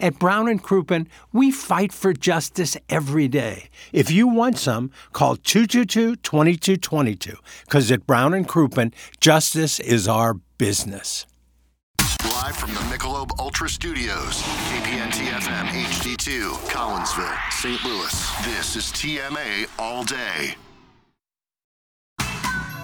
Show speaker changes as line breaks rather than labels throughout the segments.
At Brown and Crouppen, we fight for justice every day. If you want some, call 222-2222 because at Brown and Crouppen, justice is our business.
Live from the Michelob Ultra Studios, KPN TFM HD2, Collinsville, St. Louis. This is TMA All Day.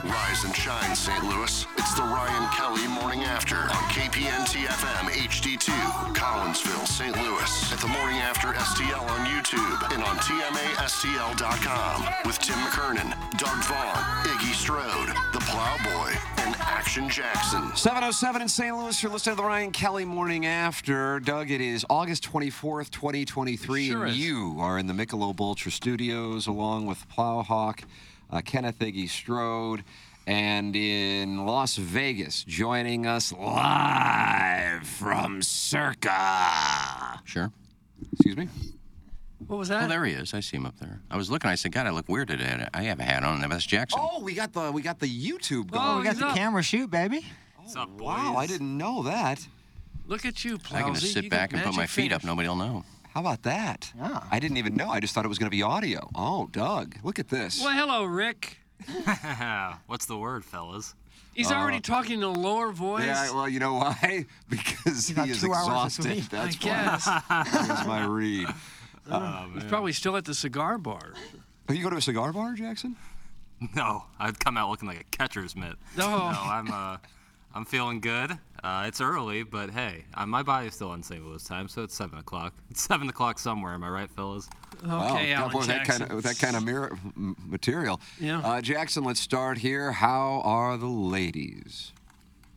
Rise and shine, St. Louis. It's the Ryan Kelly Morning After on KPN TFM HD2, Collinsville, St. Louis. At the Morning After STL on YouTube and on TMASTL.com with Tim McKernan, Doug Vaughn, Iggy Strode, The Plowboy, and Action Jackson.
707 in St. Louis, you're listening to the Ryan Kelly Morning After. Doug, it is August 24th, 2023, and you are in the Michelob Ultra Studios along with Plowhawk, uh, Kenneth Iggy Strode, and in Las Vegas, joining us live from Circa. Sure. Excuse me?
What was
Oh, there he is. I see him up there. I was looking. I said, God, I look weird today. I have a hat on. and That's Jackson.
Oh, we got the we got the YouTube going.
we got the camera shoot, baby.
wow, I didn't know that.
Look at you, Plowsy.
I can just sit back and put my feet up. Nobody'll know.
How about that?
Yeah.
I didn't even know. I just thought it was going to be audio. Oh, Doug, look at this.
Well, hello, Rick.
What's the word, fellas?
Uh,
Oh.
He's already talking in a lower voice.
Yeah, well, you know why? Because
got
he is
two hours of
exhausted.
sleep.
I
That's why.
guess. Oh,
That was my read.
Oh,
He's probably still at the cigar bar.
Oh, you go to a cigar bar, Jackson?
No, I'd come out looking like a catcher's mitt.
No.
I'm uh, I'm feeling good. Uh, it's early, but hey, uh, my body's still on St. Louis time, so it's seven o'clock. It's seven o'clock somewhere. Am I right, fellas?
Okay,
wow,
Alan
boy, with that kind of with that kind of mirror, m- material.
Yeah.
Uh, Jackson, let's start here. How are the ladies?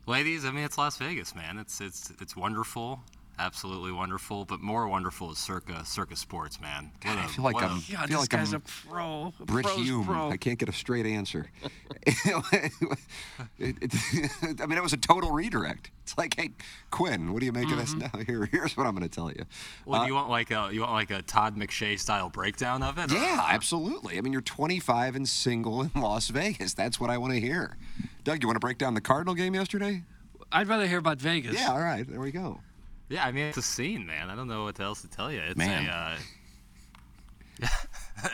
Ladies, I mean it's Las Vegas, man. It's it's it's wonderful, absolutely wonderful. But more wonderful is Circa Circa Sports, man. What
I
a-
feel like
what a-
Um,
I'm.
God,
feel
this
like
guy's
I'm
a pro. A
Brit
pro's
Hume.
pro.
I can't get a straight answer. It- it- I mean, it was a total redirect. It's like, hey, Quinn, what do you make of this?
Mm-hmm.
No, here, here's what I'm going to tell you.
Well, do you want like a you want like a Todd McShay style breakdown of it? or-
Yeah, absolutely. I mean, you're 25 and single in Las Vegas. That's what I want to hear. Doug, you want to break down the Cardinal game yesterday?
I'd rather hear about Vegas.
Yeah, all right. There we go.
Yeah, I mean it's a scene, man. I don't know what else to tell you. It's
Man.
a uh,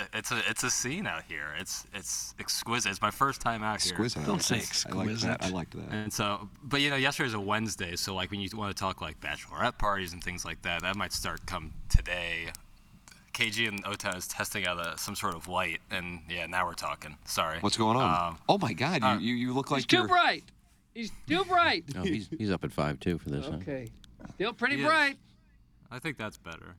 it's a it's a scene out here. It's it's exquisite. It's my first time out here.
Exquisite. I
Don't
like
say
that. I liked that. I
exquisite.
liked that.
And so, but you know, yesterday's a Wednesday, so like when you want to talk like bachelorette parties and things like that, that might start come today. KG and Otan is testing out a, some sort of light, and yeah, now we're talking. Sorry.
What's going on?
Um,
oh my God, you, you you look
He's
like
too
you're.
bright. He's too bright.
Oh, he's, he's up at five too for this. huh?
Okay. Still pretty
He is.
bright.
I think that's better.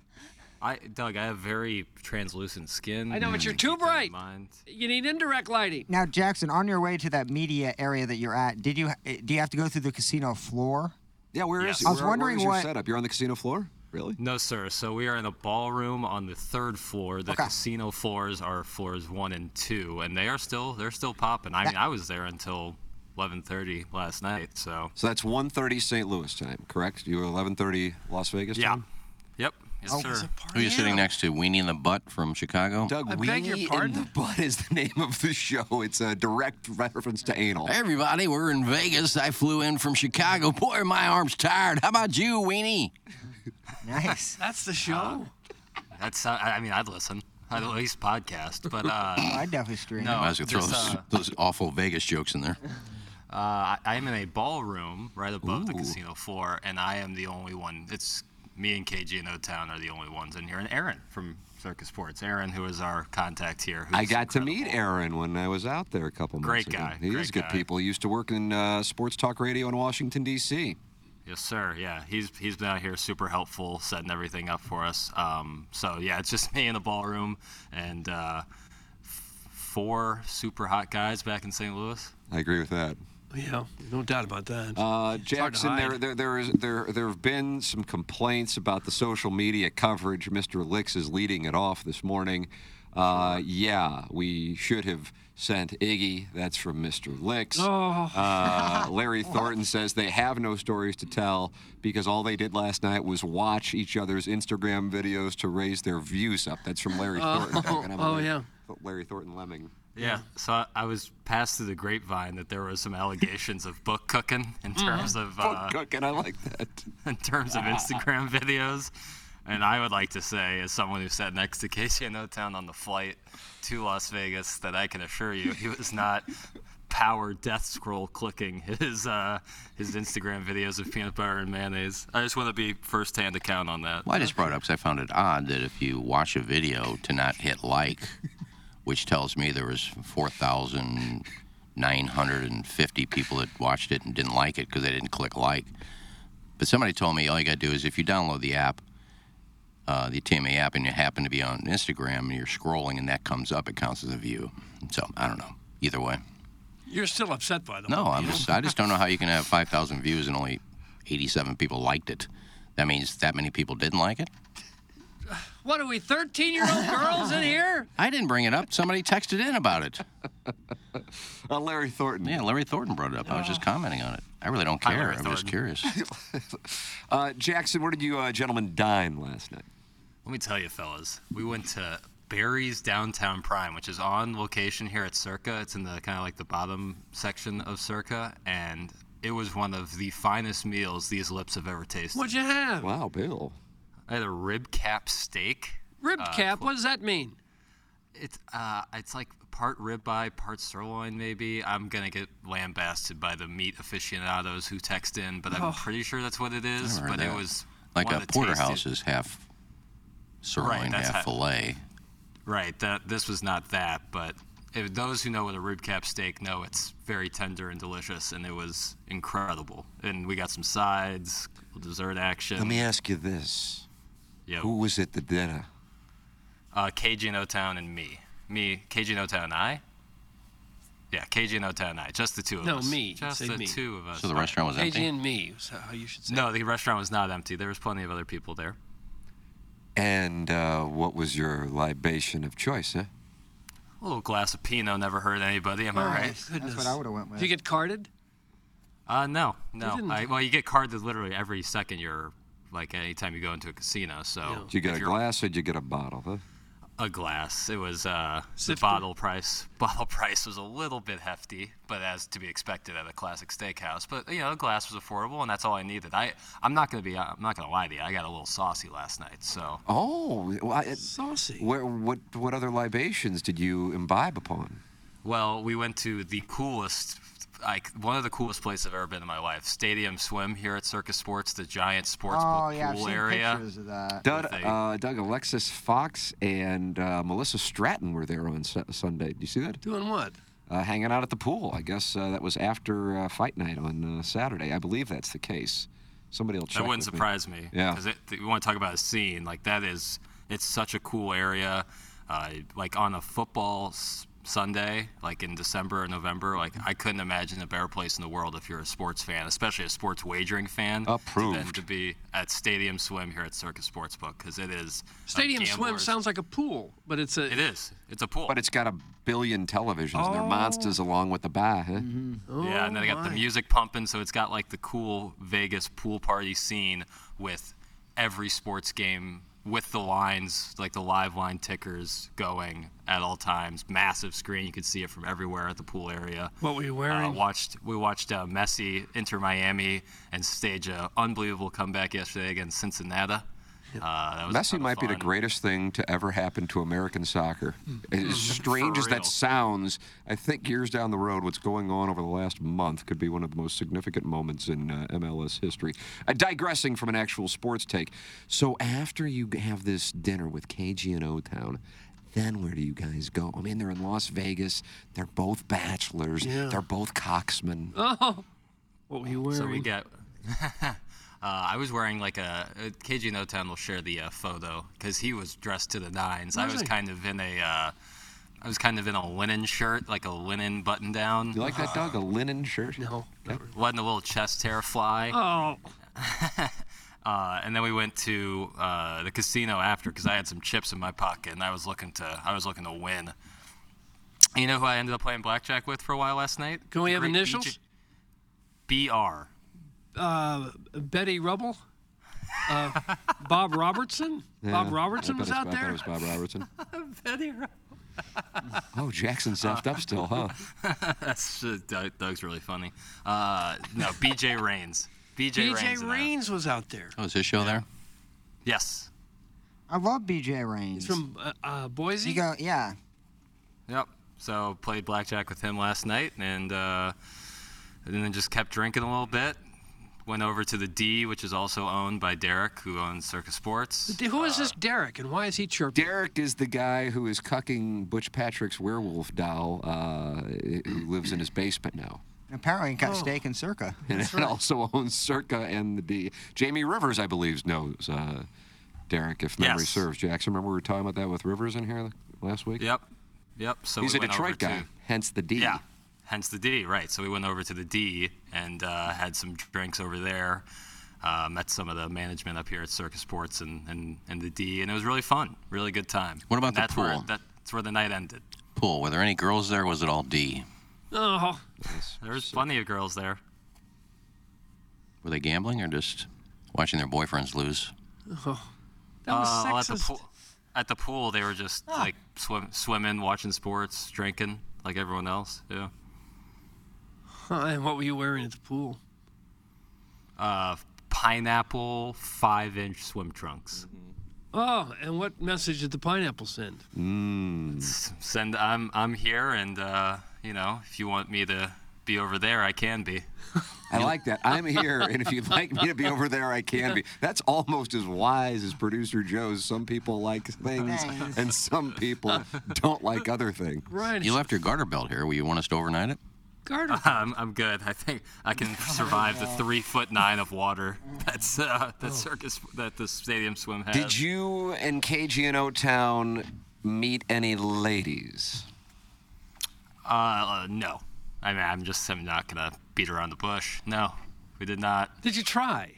I Doug, I have very translucent skin.
I know, but
Mm.
you're too
Keep that in
bright.
mind.
You need indirect lighting.
Now, Jackson, on your way to that media area that you're at, did you eh, do you have to go through the casino floor?
Yeah, where is?
Yes.
it?
I
was
Where- where
wondering
is your
what-
setup? You're on the casino floor. Really?
No, sir. So we are in a ballroom on the third floor. The
Okay.
casino floors are floors one and two, and they are still they're still popping. I mean, I was there until 11:30 last night. So
So that's 1:30 St. Louis time, correct? You were 11:30 Las Vegas
yeah,
time.
yep, yes,
Oh,
sir.
Who are you sitting next to? Weenie in the butt from Chicago.
Doug,
I
we
beg your
in the
pardon?
butt is the name of the show. It's a direct reference to anal.
Hey, everybody, we're in Vegas. I flew in from Chicago. Boy, my arm's tired. How about you, Weenie?
Nice.
That's the show.
Uh, That's I I mean, I'd listen. I'd at least podcast, but
Oh,
uh,
I definitely stream.
No.
I was gonna throw
just,
those,
uh,
those awful Vegas jokes in there.
uh, I am in a ballroom right above the casino floor, and I am the only one. It's me and KG and O Town are the only ones in here, and Aaron from Circus Sports. Aaron, who is our contact here.
I
who's
got to meet
incredible.
Aaron when I was out there a couple months
Great
ago.
guy,
He
great
is good
guy.
people. He used to work in uh, sports talk radio in Washington D.C.
Yes, sir. Yeah, he's he's been out here super helpful, setting everything up for us. Um, so yeah, it's just me in the ballroom and uh, f- four super hot guys back in St. Louis.
I agree with that.
Yeah, no doubt about that.
Uh,
hard to
Jackson, there,
hide.
there, there, is, there, there have been some complaints about the social media coverage. Mr. Licks is leading it off this morning. Uh, yeah, we should have sent Iggy. That's from Mr. Licks.
Oh.
Uh, Larry Thornton says they have no stories to tell because all they did last night was watch each other's Instagram videos to raise their views up. That's from Larry Thornton. back when I'm a
oh,
Larry-
yeah.
Larry Thornton Lemming.
Yeah. So I, I was passed through the grapevine that there was some allegations of book cooking in terms of uh,
Fuck cooking, I like that.
in terms of Instagram videos. And I would like to say, as someone who sat next to Casey in Town on the flight to Las Vegas, that I can assure you he was not power death scroll clicking his uh, his Instagram videos of peanut butter and mayonnaise. I just want to be first hand account on that.
Well, I just brought it up because I found it odd that if you watch a video to not hit like, which tells me there was 4,950 people that watched it and didn't like it because they didn't click like. But somebody told me all you got to do is if you download the app, uh, the TMA app, and you happen to be on Instagram and you're scrolling and that comes up, it counts as a view. So I don't know. Either way,
You're still upset by the
no,
whole
I'm
deal.
just I just don't know how you can have 5,000 views and only 87 people liked it. That means that many people didn't like it.
What are we, 13 year old girls in here?
I didn't bring it up. Somebody texted in about it.
Uh, Larry Thornton.
Yeah, Larry Thornton brought it up. I was
Ah.
just commenting on it. I really don't
Hi,
care.
Larry
I'm
Thornton.
just curious.
Uh, Jackson, where did you uh, gentlemen dine last night?
Let me tell you, fellas, we went to Barry's Downtown Prime, which is on location here at Circa. It's in the kind of like the bottom section of Circa, and it was one of the finest meals these lips have ever tasted.
What'd you have?
Wow, Bill.
I had a rib cap steak.
Rib
Uh,
cap, what does that mean?
It's uh, it's like part ribeye, part sirloin, maybe. I'm gonna get lambasted by the meat aficionados who text in, but I'm
Oh.
pretty sure that's what it is.
Never heard
But it
that.
was
Like
one
a
of the
porterhouse
tastiest-
is half sirloin,
that's
half
how-
fillet.
Right. That this was not that, but if those who know what a rib cap steak know, it's very tender and delicious, and it was incredible. And we got some sides, dessert action.
Let me ask you this:
yeah,
Who was at the dinner?
uh, KG and O Town and me, me KG and O Town and I. Yeah, KG and O Town and I, just the two of
No,
us.
me.
Just
Say
the
me.
two of us.
So the restaurant was
Agent
empty.
and me, is how you should say it.
No, the restaurant was not empty. There was plenty of other people there.
And uh, what was your libation of choice, huh?
A little glass of Pinot never hurt anybody, am I right?
Oh, That's what I would have went with.
Did you get carded?
Uh, no, no.
didn't.
I, well, you get carded literally every second you're, like, anytime you go into a casino. So
Did you get
Oh, if
a
you're-
glass or did you get a bottle, huh?
A glass. It was uh, the
Sifter.
bottle price. Bottle price was a little bit hefty, but as to be expected at a classic steakhouse. But you know, a glass was affordable, and that's all I needed. I I'm not gonna be I'm not gonna lie to you. I got a little saucy last night, so
Oh, well, I-
Saucy.
where, what what other libations did you imbibe upon?
Well, we went to the coolest, like one of the coolest places I've ever been in my life. Stadium Swim here at Circus Sports, the giant sports
Oh
book
yeah, I've
pool
seen
area.
pictures of that.
Doug,
thing.
uh, Doug Alexis Fox and uh, Melissa Stratton were there on su- Sunday. Did you see that?
Doing what?
Uh, hanging out at the pool. I guess uh, that was after uh, fight night on uh, Saturday. I believe that's the case. Somebody will check.
That wouldn't
with me.
surprise me.
Yeah.
Because we want to talk about a scene like that is it's such a cool area. Uh, like on a football s- Sunday, like in December or November, like I couldn't imagine a better place in the world if you're a sports fan, especially a sports wagering fan. Than
Approved.
to be at Stadium Swim here at Circus Sportsbook because it is a
Stadium swim
gambler's-
sounds like a pool, but it's a.
It is. It's a pool.
But it's got a billion televisions. and They're monsters
Oh.
along with the bar, huh?
Mm-hmm. yeah, and then I got
Oh,
the music pumping, so it's got like the cool Vegas pool party scene with every sports game with the lines, like the live line tickers going at all times. Massive screen, you could see it from everywhere at the pool area.
What were you
Uh,
wearing?
watched we watched uh, Messi enter Miami and stage a unbelievable comeback yesterday against Cincinnati. Uh, that was a ton
Messi
of
might be the
fun. Hmm.
greatest thing to ever happen to American soccer. As strange as
real.
that sounds, I think years down the road, what's going on over the last month could be one of the most significant moments in uh, MLS history. Uh, digressing from an actual sports take. So after you have this dinner with KG and O Town, then where do you guys go? I mean, they're in Las Vegas. They're both bachelors. They're both cocksmen.
what were you wearing?
Oh. So we got Uh, I was wearing like a uh, KG and O-Town will share the uh, photo because he was dressed to the nines. I was kind of in a, uh, I was kind of in a linen shirt, like a linen button down.
You like that, Doug? A linen shirt?
No.
letting the little chest hair fly.
Oh,
Uh, and then we went to uh, the casino after because I had some chips in my pocket and I was looking to I was looking to win. You know who I ended up playing blackjack with for a while last night?
Can we
The
have
great
initials?
BJ BR.
uh, Betty Rubble, uh, Bob Robertson. Bob
Yeah,
Robertson
I
was
bet
out
it's- I bet
there.
it was Bob Robertson.
Betty Rubble.
Oh, Jackson's effed up still, huh?
Uh, That's uh, Doug, Doug's really funny. Uh, no, BJ Rains. BJ, Rains.
DJ
and I-
Raines was out there.
Oh, is his show there?
Yes.
I love BJ Raines.
He's from uh, uh, Boise.
you go, yeah.
Yep. So played blackjack with him last night, and uh, and then just kept drinking a little bit. Went over to the D, which is also owned by Derek, who owns Circus Sports.
D- Who is this Derek, and why is he chirping?
Derek is the guy who is cucking Butch Patrick's werewolf doll, uh, who lives in his basement now.
And apparently,
Oh.
got steak and circa.
And it also owns Circa and the D. Jamie Rivers, I believe, knows uh, Derek, if memory
Yes.
serves. Jackson, remember we were talking about that with Rivers in here last week?
Yep. Yep. So
He's
we
a
went
Detroit
over
guy,
To,
hence the D.
Yeah. Hence the D, right? So we went over to the D and uh, had some drinks over there. Uh, met some of the management up here at Circus Sports and, and, and the D, and it was really fun. Really good time.
What about
And
the
that's Where,
pool?
that's where the night ended.
Pool. Were there any girls there? Or was it all D?
Oh,
There was plenty of girls there.
Were they gambling or just watching their boyfriends lose?
that was
Uh, well, at the
sexist. Ah.
pool, at the pool, they were just like swim, swimming, watching sports, drinking, like everyone else. Yeah.
Huh, and what were you wearing at the pool?
Uh, pineapple five-inch swim trunks.
Oh, and what message did the pineapple send?
Mm.
S- Send. I'm I'm here, and uh, you know, if you want me to be over there, I can be.
I like that. I'm here, and if you'd like me to be over there, I can be. That's almost as wise as producer Joe's. Some people like things,
Thanks.
and some people don't like other things.
Right,
You left your garter belt here. Will you want us to overnight it?
Garter.
I'm, I'm good. I think I can survive the three foot nine of water that's uh,
Oh.
that circus that the stadium swim has.
Did you and KG and O Town meet any ladies?
Uh, no. I mean, I'm just I'm not gonna beat around the bush. No, we did not.
Did you try?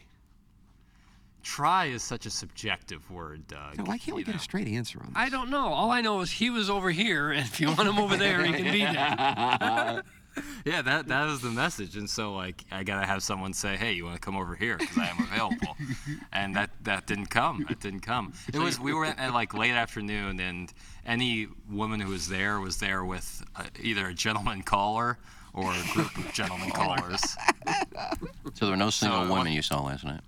Try is such a subjective word, Doug.
Why can't we get a straight answer on that?
I don't know. All I know is he was over here, and if you want him over there, he can be there.
Yeah, that that is the message, and so like I gotta have someone say, "Hey, you want to come over here because I am available," and that that didn't come. That didn't come. It was we were at like late afternoon, and any woman who was there was there with uh, either a gentleman caller or a group of gentleman callers.
So there were no single
uh, what-
women you saw last night.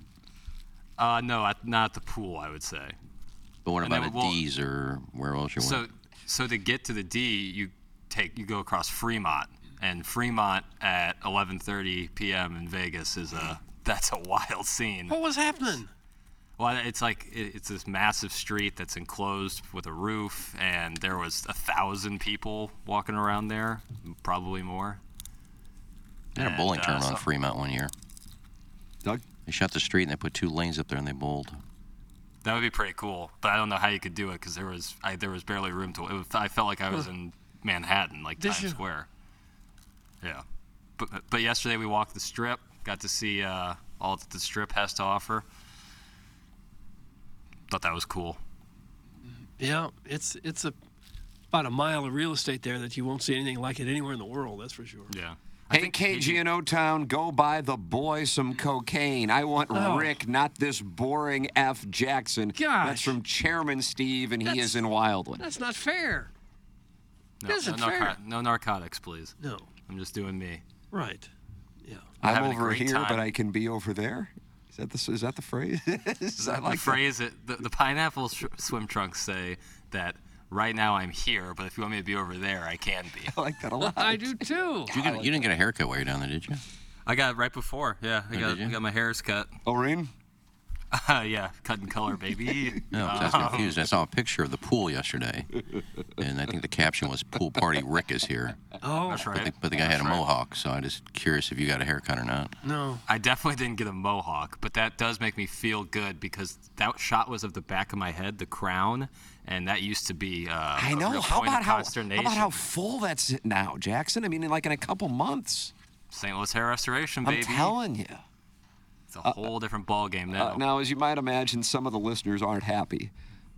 Uh, no, at, not at the pool, I would say.
But what
And then
about at
we'll-
D's or where else you went?
So, so to get to the D, you take you go across Fremont, and Fremont at 11:30 p.m. in Vegas is a that's a wild scene.
What was happening?
Well, it's like it, it's this massive street that's enclosed with a roof, and there was a thousand people walking around there, probably more.
They had a bowling
And, uh,
tournament on
so-
Fremont one year.
Doug?
They shut the street and they put two lanes up there and they bowled.
That would be pretty cool, but I don't know how you could do it because there was I, there was barely room to. It was, I felt like I was in Manhattan, like
Did
Times
you?
Square. Yeah, but but yesterday we walked the Strip, got to see uh, all that the Strip has to offer. Thought that was cool.
Yeah, it's it's a about a mile of real estate there that you won't see anything like it anywhere in the world. That's for sure.
Yeah.
Hey, KG and O Town, go buy the boy some cocaine. I want
Oh.
Rick, not this boring F. Jackson. That's
Gosh.
from Chairman Steve, and he
That's-
is in Wildwood.
That's not fair.
No,
This
no,
isn't fair.
narco- no narcotics, please.
No.
I'm just doing me.
Right. Yeah.
I'm
having a
over
great
here, but
time.
I can be over there. Is that the, is that the phrase? Is that
the
like that?
phrase that the, the pineapple sh- swim trunks say that right now I'm here, but if you want me to be over there, I can be.
I like that a lot.
I do too.
You, get, you didn't get a haircut while you were down there, Oh, did you?
I got it right before. Yeah, I
Oh,
got- did you? I got
my hairs cut.
O'Rean?
yeah, cut and color, baby. Um,
No, 'cause I was confused. I saw a picture of the pool yesterday, and I think the caption was "Pool Party Rick is here."
Oh,
That's
But
right.
the, but the guy had a mohawk, so I just curious if you got a haircut or not.
no.
I definitely didn't get a mohawk, but that does make me feel good because that shot was of the back of my head, the crown, and that used to be. Uh,
I
a
know.
real
How
point of
about how, how
consternation.
about how full that's now, Jackson? I mean, in like in a couple months.
St. Louis hair restoration, baby.
I'm telling you.
it's a whole different ball game now.
Uh, now, as you might imagine, some of the listeners aren't happy.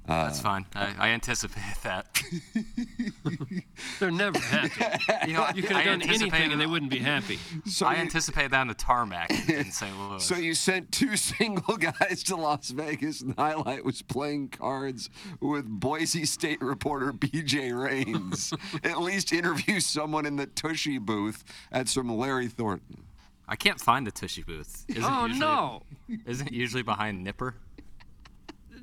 Uh,
That's fine. I, I anticipate that.
They're never happy.
You know,
You could have
I
done
anticipated
anything and they wouldn't be happy.
So,
I
you,
anticipate that on the tarmac in St. Louis.
so you sent two single guys to Las Vegas, and the highlight was playing cards with Boise State reporter B.J. Rains. At least interview someone in the Tushy booth. That's from Larry Thornton.
I can't find the tissue booth. Isn't it
Oh
usually,
no,
Isn't it usually behind Nipper?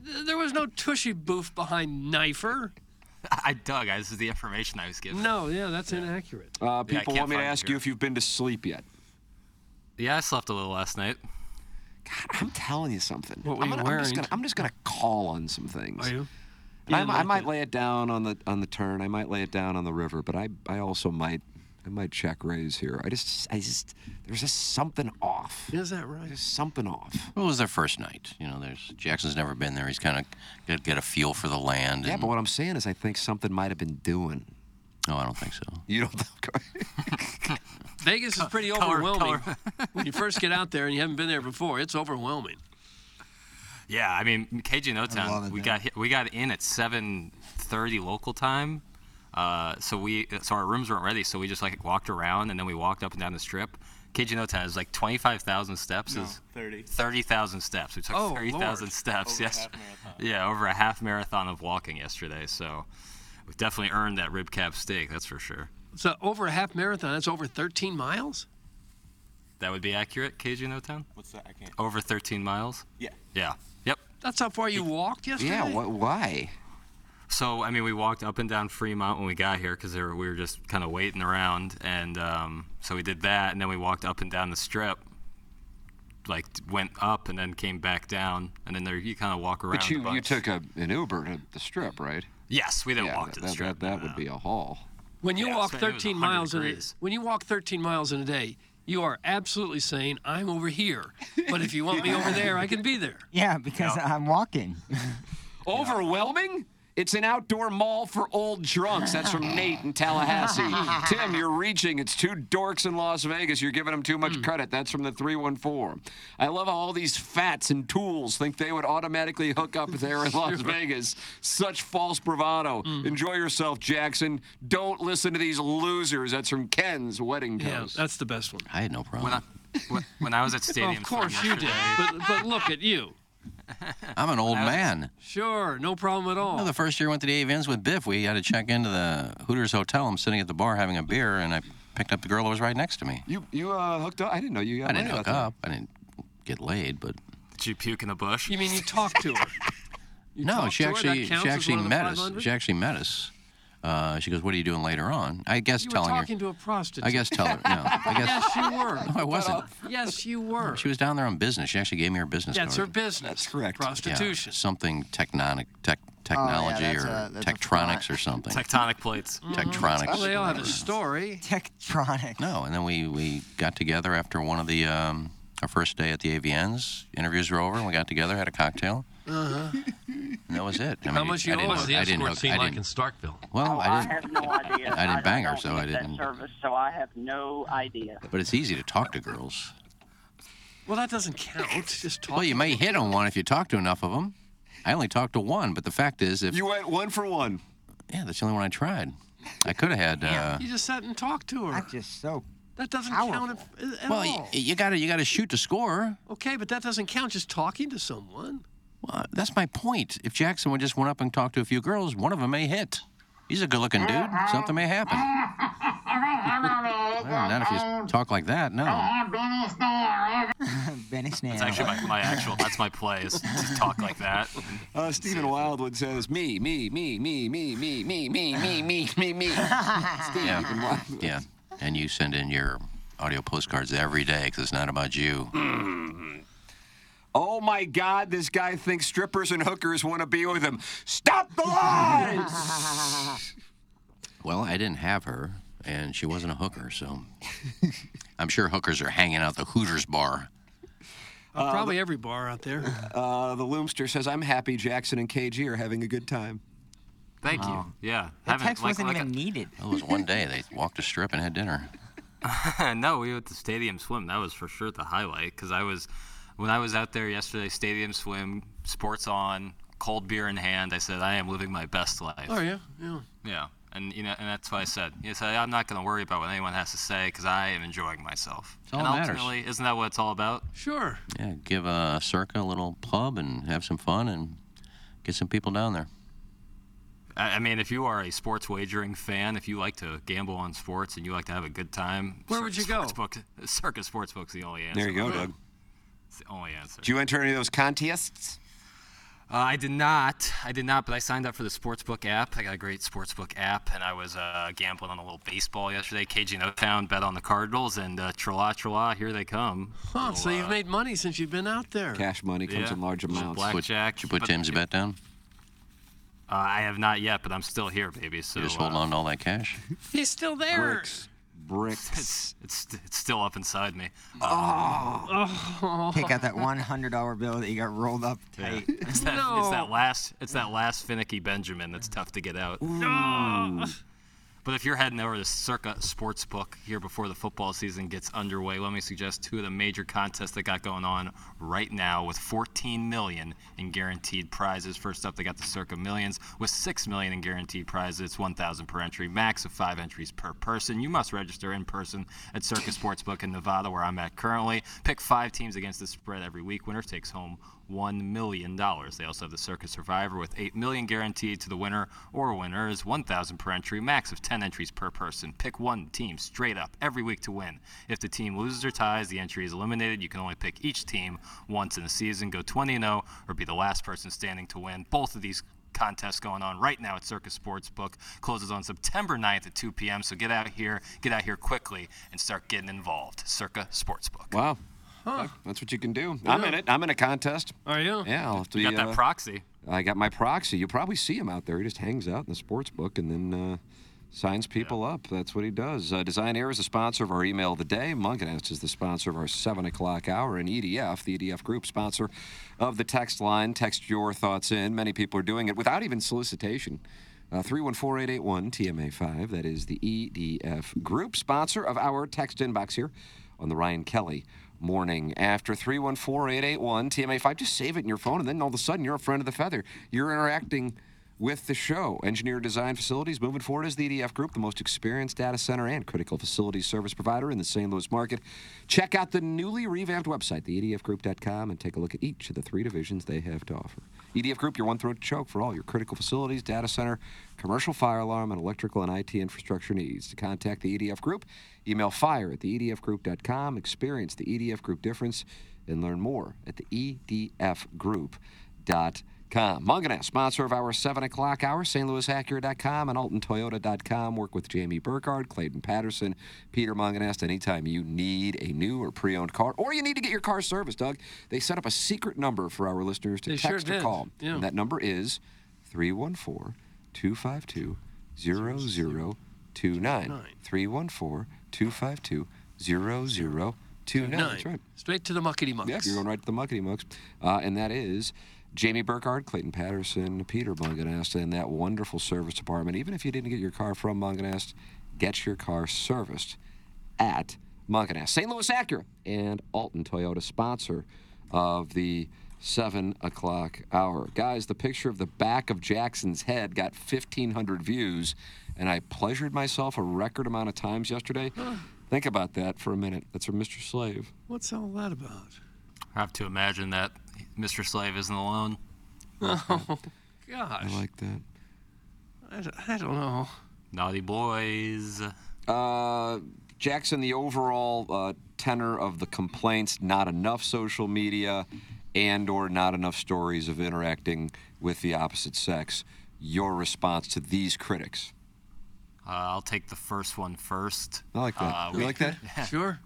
Th- there was no tushy booth behind Knifer.
I dug. I, this is the information I was given.
No, yeah, that's inaccurate.
Uh,
Yeah, I
people
can't
want me to
find it
ask
here.
you if you've been to sleep yet.
Yeah, I slept a little last night.
I'm telling you something.
What were
I'm,
you
gonna, I'm
wearing?
just gonna I'm just gonna call on some things.
Are you?
And I,
didn't
mi- I
like
might
it.
lay it down on the on the turn. I might lay it down on the river, but I I also might I might check raise here. I just I just there's just something off.
Is that right?
There's something off.
Well, it was their first night. You know, there's Jackson's never been there. He's kind of got to get a feel for the land.
Yeah,
and-
but what I'm saying is I think something might have been doing.
no, Oh, I don't think so.
You don't think?
Vegas is pretty
color-
overwhelming.
color.
when you first get out there and you haven't been there before, it's overwhelming.
Yeah, I mean, KG and
love
O-Town,
it,
we
man.
got hit, we got in at 7:30 local time. Uh, so we so our rooms weren't ready, so we just like walked around and then we walked up and down the strip. KG and O-Town is like 25,000 steps is
30.
30,000 steps. We took
Oh,
30,000
Lord.
steps.
Over a
yes.
half marathon.
yeah, over a half marathon of walking yesterday. So we've definitely earned that rib cap steak, that's for sure.
So over a half marathon, that's over 13 miles.
That would be accurate, KG and O-Town?
What's that? I can't.
Over 13 miles?
Yeah.
Yeah. Yep.
That's how far you walked yesterday.
yeah. Wh- why?
So I mean, we walked up and down Fremont when we got here because we were just kind of waiting around, and um, so we did that, and then we walked up and down the strip, like t- went up and then came back down, and then there you kind of walk around.
But
a
you you
bunch.
took a, an Uber to the strip, right?
Yes, we didn't
yeah.
walk
That,
to the
that,
strip.
that, that
no,
would
no.
be a haul.
When you
Yeah,
walk
so it was
13
100
miles in a,
degrees.
when you walk 13 miles in a day, you are absolutely saying, "I'm over here," but if you want me over there, I can be there.
Yeah, because I'm walking.
Overwhelming? It's an outdoor mall for old drunks. That's from Nate in Tallahassee. Tim, you're reaching. It's two dorks in Las Vegas. You're giving them too much
Hmm.
credit. That's from the 314. I love how all these fats and tools think they would automatically hook up there in Las Vegas. Such false bravado.
Hmm.
Enjoy yourself, Jackson. Don't listen to these losers. That's from Ken's wedding
Yeah,
toast.
that's the best one.
I had no
When I,
problem.
when- when I was at Stadium,
Of course you did, but but look at you.
I'm an old man.
Sure, no problem at all.
You know, the first year I went to the events with Biff, we had to check into the Hooters Hotel. I'm sitting at the bar having a beer, and I picked up the girl that was right next to me.
you you uh, hooked up? I didn't know you got
I didn't
laid
hook
out there.
up. I didn't get laid, but
Did you puke in a bush?
You mean you talked to her? You
no,
talked
she
to her? That
actually
counts
she
as
actually
one of the
met us.
500?
She actually met us. Uh, she goes, "What are you doing later on?" I guess
You were
telling
talking
her.
to a prostitute.
I guess tell her. No, I guess
Yes, you were. uh,
no, I wasn't. Oh,
Yes, you were.
She was down there on business. She actually gave me her business
That's her
card.
business. That's correct.
Yeah,
Prostitution.
something technonic, tech, technology,
Oh, that's
or
a- that's a
Tektronix
front.
or something.
Tectonic plates.
Tektronics.
Well, they all have a
whatever.
story.
Tektronic.
No, and then we, we got together after one of the um, our first day at the AVNs. Interviews were over, and we got together, had a cocktail. Uh-huh. And that was it. I mean,
How much
I
you
didn't
owe
hook-
us?
I didn't hook- I didn't-
Starkville?
Well,
Oh, I
I didn't.
have no idea.
I didn't bang her,
don't
so I
use that
didn't-
Service, so I have no idea.
But it's easy to talk to girls.
Well, that doesn't count. Just talk.
Well, you may hit on one if you talk to enough of them. I only talked to one, but the fact is, if
You went one for one.
yeah, that's the only one I tried. I could have had. Uh,
You just sat and talked to her.
That's just so.
That doesn't count at, at
well, y-
all.
you got to you got to shoot to score.
okay, but that doesn't count. Just talking to someone.
Well, that's my point. If Jackson would just went up and talked to a few girls, one of them may hit. He's a good-looking dude. Something may happen. Well, not if you talk like that. No.
Benny Snare.
That's actually my, my actual. That's my play. Is to talk like that.
Uh, Stephen Wildwood says, me, me, me, me, me, me, me, me, me, me, me, me. Stephen Wildwood.
Yeah. And you send in your audio postcards every day because it's not about you.
Oh my God, this guy thinks strippers and hookers want to be with him. Stop the lies!
Well, I didn't have her, and she wasn't a hooker, so I'm sure hookers are hanging out the Hooters bar.
Uh, Probably every bar out there.
Uh, the Loomster says, I'm happy Jackson and KG are having a good time.
Thank you. Yeah.
Oh. That
haven't-
text
like-
wasn't
like
even
a-
needed.
It was one day they walked a strip and had dinner.
no, we went to Stadium Swim. That was for sure the highlight because I was, when I was out there yesterday, Stadium Swim, sports on, cold beer in hand. I said, I am living my best life.
Oh yeah, yeah.
Yeah, and you know, and that's what I said. You said I'm not going to worry about what anyone has to say because I am enjoying myself.
all
and
that matters.
ultimately, isn't that what it's all about?
Sure.
Yeah, give uh, Circa a little pub and have some fun and get some people down there.
I, I mean, if you are a sports wagering fan, if you like to gamble on sports and you like to have a good time,
Where would you go?
Sportsbook, Circus Sportsbook's the only answer.
There you go, Doug.
It's the only answer.
Did you enter any of those contests?
Uh, I did not. I did not, but I signed up for the sportsbook app. I got a great sportsbook app, and I was uh, gambling on a little baseball yesterday. KG and Uptown bet on the Cardinals, and uh, tra-la, tra-la, here they come.
Huh, so you've made money since you've been out there.
uh, Cash money comes
Yeah.
in large
Just
amounts.
black-
Put,
Jack,
did you put
but-
Tim's bet down?
Uh, I have not yet, but I'm still here, baby. So
Just
uh,
holding on to all that cash?
He's still there.
Bricks. Bricks.
It's, it's it's still up inside me.
Oh.
Take out that one hundred dollar bill that you got rolled up tight.
It's that, it's that last it's that last finicky Benjamin that's tough to get out. But if you're heading over to Circa Sportsbook here before the football season gets underway, let me suggest two of the major contests that got going on right now with 14 million in guaranteed prizes. First up, they got the Circa Millions with 6 million in guaranteed prizes. It's 1,000 per entry, max of five entries per person. You must register in person at Circa Sportsbook in Nevada, where I'm at currently. Pick five teams against the spread every week. Winner takes home $1 million. They also have the Circus Survivor with $8 million guaranteed to the winner or winners, 1000 per entry, max of 10 entries per person. Pick one team straight up every week to win. If the team loses or ties, the entry is eliminated. You can only pick each team once in a season. Go 20 and 0 or be the last person standing to win. Both of these contests going on right now at Circus Sportsbook closes on September 9th at 2 p.m. So get out here, get out here quickly and start getting involved. Circa Sportsbook.
Wow. That's what you can do. I'm in it. I'm in a contest.
Are you?
Yeah, I'll have to
You
be,
got
uh,
that proxy.
I got my proxy. You'll probably see him out there. He just hangs out in the sports book and then uh, signs people up. That's what he does. Uh, Design Air is the sponsor of our email of the day. Munganest is the sponsor of our 7 o'clock hour. And EDF, the EDF group, sponsor of the text line. Text your thoughts in. Many people are doing it without even solicitation. Uh, 314-881-TMA5. That is the EDF group sponsor of our text inbox here on the Ryan Kelly morning after 314-881-TMA5. Just save it in your phone, and then all of a sudden you're a friend of the feather. You're interacting with the show. Engineer Design Facilities moving forward as the EDF Group, the most experienced data center and critical facilities service provider in the St. Louis market. Check out the newly revamped website, E theedfgroup.com, and take a look at each of the three divisions they have to offer. EDF Group, your one throat to choke for all your critical facilities, data center, commercial fire alarm, and electrical and IT infrastructure needs. To contact the EDF Group, email fire at E theedfgroup.com, experience the EDF Group difference, and learn more at the E edfgroup.com. Munganess, sponsor of our 7 o'clock hour, St. StLouisAcura.com and AltonToyota.com. Work with Jamie Burkhardt, Clayton Patterson, Peter Munganess. Anytime you need a new or pre owned car, or you need to get your car serviced, Doug, they set up a secret number for our listeners to
They sure
text or
did.
call.
Yeah.
And that number is 314 252 0029. 314 252 0029. That's right.
Straight to the muckety mucks.
Yeah, you're going right to the muckety mucks. Uh, and that is Jamie Burkhardt, Clayton Patterson, Peter Munganast, and that wonderful service department. Even if you didn't get your car from Munganast, get your car serviced at Munganast. St. Louis Acura and Alton Toyota, sponsor of the 7 o'clock hour. Guys, the picture of the back of Jackson's head got 1,500 views, and I pleasured myself a record amount of times yesterday. Think about that for a minute. That's from Mr. Slave.
What's all that about?
I have to imagine that Mr. Slave isn't alone.
Oh,
Gosh,
I like that.
I, d- I don't know.
Naughty boys.
Uh, Jackson, the overall uh, tenor of the complaints: not enough social media, and/or not enough stories of interacting with the opposite sex. Your response to these critics?
Uh, I'll take the first one first.
I like that.
Uh,
you
we-
like that?
Sure.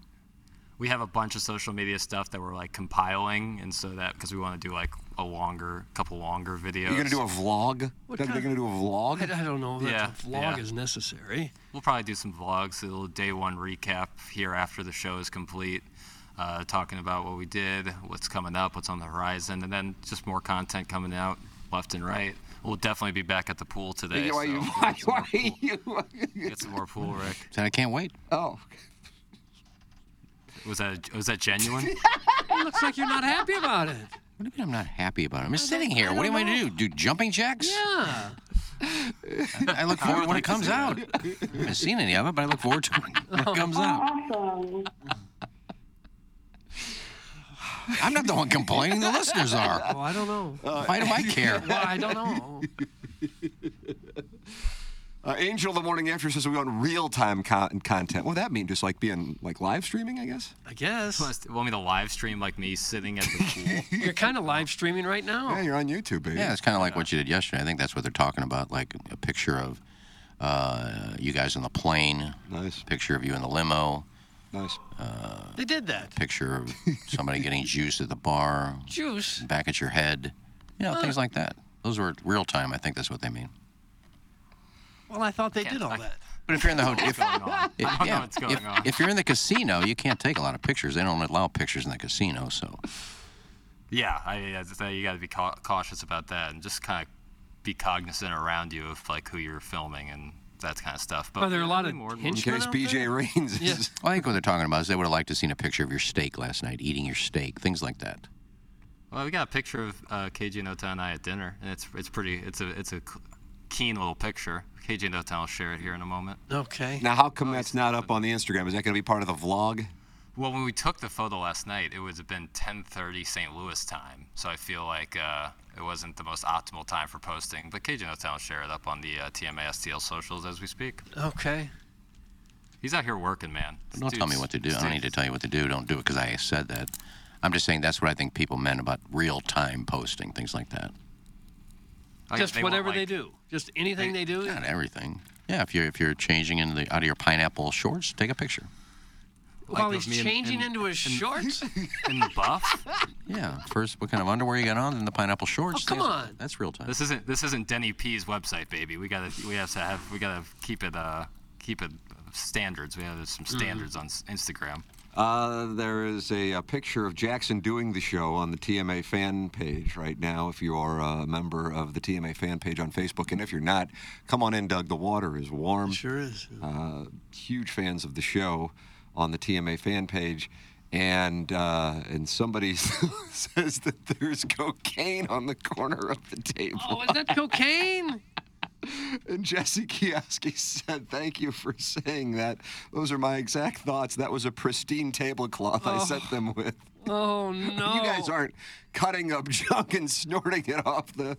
we have a bunch of social media stuff that we're like compiling, and so that because we want to do like a longer, couple longer videos.
You're gonna do a vlog?
What
They're
kind-
gonna do a vlog?
I don't know that
Yeah,
Oh, a vlog
yeah.
is necessary.
We'll probably do some vlogs. A little day one recap here after the show is complete, uh, talking about what we did, what's coming up, what's on the horizon, and then just more content coming out left and right. We'll definitely be back at the pool today.
Why you-
so
why- why you?
get some more pool, Rick.
So I can't wait.
Oh.
Was that was that genuine?
it looks like you're not happy about it.
What do you mean I'm not happy about it? I'm
Oh,
just sitting here. What do you want me to do? Do jumping jacks?
Yeah.
I look forward when it comes out. I haven't seen any of it, but I look forward to it
Oh,
when it comes out.
Awesome.
I'm not the one complaining. The listeners are.
Well, I don't know.
Why do I care?
Uh, Well, I don't know.
Uh, Angel the morning after says we want real time con- content. What would that mean? Just like being like live streaming, I guess.
I guess.
Plus, want me to live stream like me sitting at the pool?
You're kind of live streaming right
Yeah,
now.
you're on YouTube, baby.
Yeah, it's kind of like what you did yesterday. I think that's what they're talking about, like a picture of uh, you guys on the plane,
Nice,
picture of you in the limo, Uh,
nice.
They did that.
picture of somebody getting juice at the bar,
Juice.
back at your head, you know, things like that. Those were real time. I think that's what they mean.
Well, I thought they did all that.
But if you're in the hotel, if, if-
don't know
yeah,
what's going
if-
on.
if you're in the casino, you can't take a lot of pictures. They don't allow pictures in the casino, so
yeah, I, I just- you got to be cau- cautious about that and just kind of be cognizant around you of like who you're filming and that kind of stuff. But
Are there a
yeah,
lot
I
of
mean, we're-
In
henchmen
case
out
BJ
there?
Rains is.
I think what they're talking about is they would have liked to seen a picture of your steak last night, eating your steak, things like that.
Well, we got a picture of uh, KG and Ota and I at dinner, and it's it's pretty. It's a it's a c- keen little picture. KG and Ota will share it here in a moment.
Okay.
Now, how come that's not up on the Instagram? Is that going to be part of the vlog?
Well, when we took the photo last night, it was been 10:30 St. Louis time, so I feel like uh, it wasn't the most optimal time for posting. But KJ Notown will share it up on the uh, TMA STL socials as we speak.
Okay.
He's out here working, man. This
Don't tell me
dude's-
what to do.
this
I don't need
dude's-
to tell you what to do. Don't do it because I said that. I'm just saying that's what I think people meant about real time posting, things like that.
I guess
Just
want,
whatever they
like-
do. Just anything they, do.
Not everything. Yeah, if you're if you're changing into the out of your pineapple shorts, take a picture.
While
like
he's
with me and-
changing
and-
into his shorts.
in the buff.
Yeah. First, what kind of underwear you got on? Then the pineapple shorts.
Oh,
come
things-
on.
That's real time.
This isn't this isn't Denny P's website, baby. We gotta we have to have we gotta keep it uh keep it standards. We have some standards on s- Instagram.
Uh, there is a, uh picture of Jackson doing the show on the TMA fan page right now. If you are a member of the TMA fan page on Facebook, and if you're not, come on in, Doug. The water is warm.
Sure is.
uh, huge fans of the show on the TMA fan page, and uh, and somebody says that there's cocaine on the corner of the table.
Oh, is that cocaine?
And Jesse Kioski said, "Thank you for saying that. Those are my exact thoughts. That was a pristine tablecloth I set them with.
Oh no.
You guys aren't cutting up junk and snorting it off the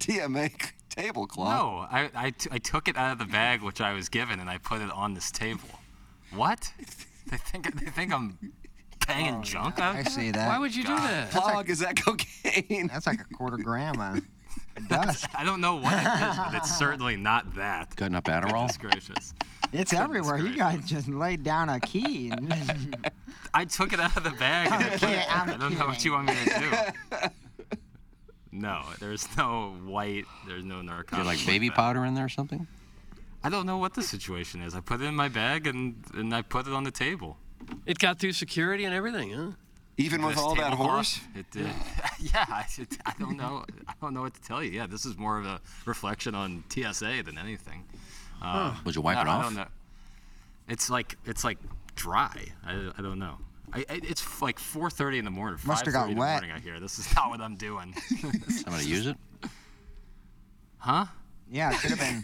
TMA tablecloth.
No, I, I, t- I took it out of the bag which I was given and I put it on this table. What? They think they think I'm banging
Oh,
junk out.
I see that.
Why would you do that?
Plog, is that cocaine?
That's like a quarter gram of dust.
I don't know what it is, but it's certainly not that.
Cutting up Adderall.
Goodness gracious.
It's everywhere. You guys just laid down a key. And
I took it out of the bag. And I, put it-
I'm
I don't know what you want me to do. No, there's no white. There's no narcotics.
You're like baby
that.
powder in there or something.
I don't know what the situation is. I put it in my bag and and I put it on the table.
It got through security and everything, huh?
Even with
This
all that
tablecloth,
horse?
It did. yeah, I, it- I don't know. I don't know what to tell you. Yeah, this is more of a reflection on TSA than anything. Uh,
Would you wipe
I-
it
I
off?
don't know. It's like it's like dry. I, I don't know. I, I- it's f- like 4:30 in the morning.
Must have got
5:30 in the
wet.
morning out here. This is not what I'm doing.
Somebody use it.
huh?
yeah, it could have been.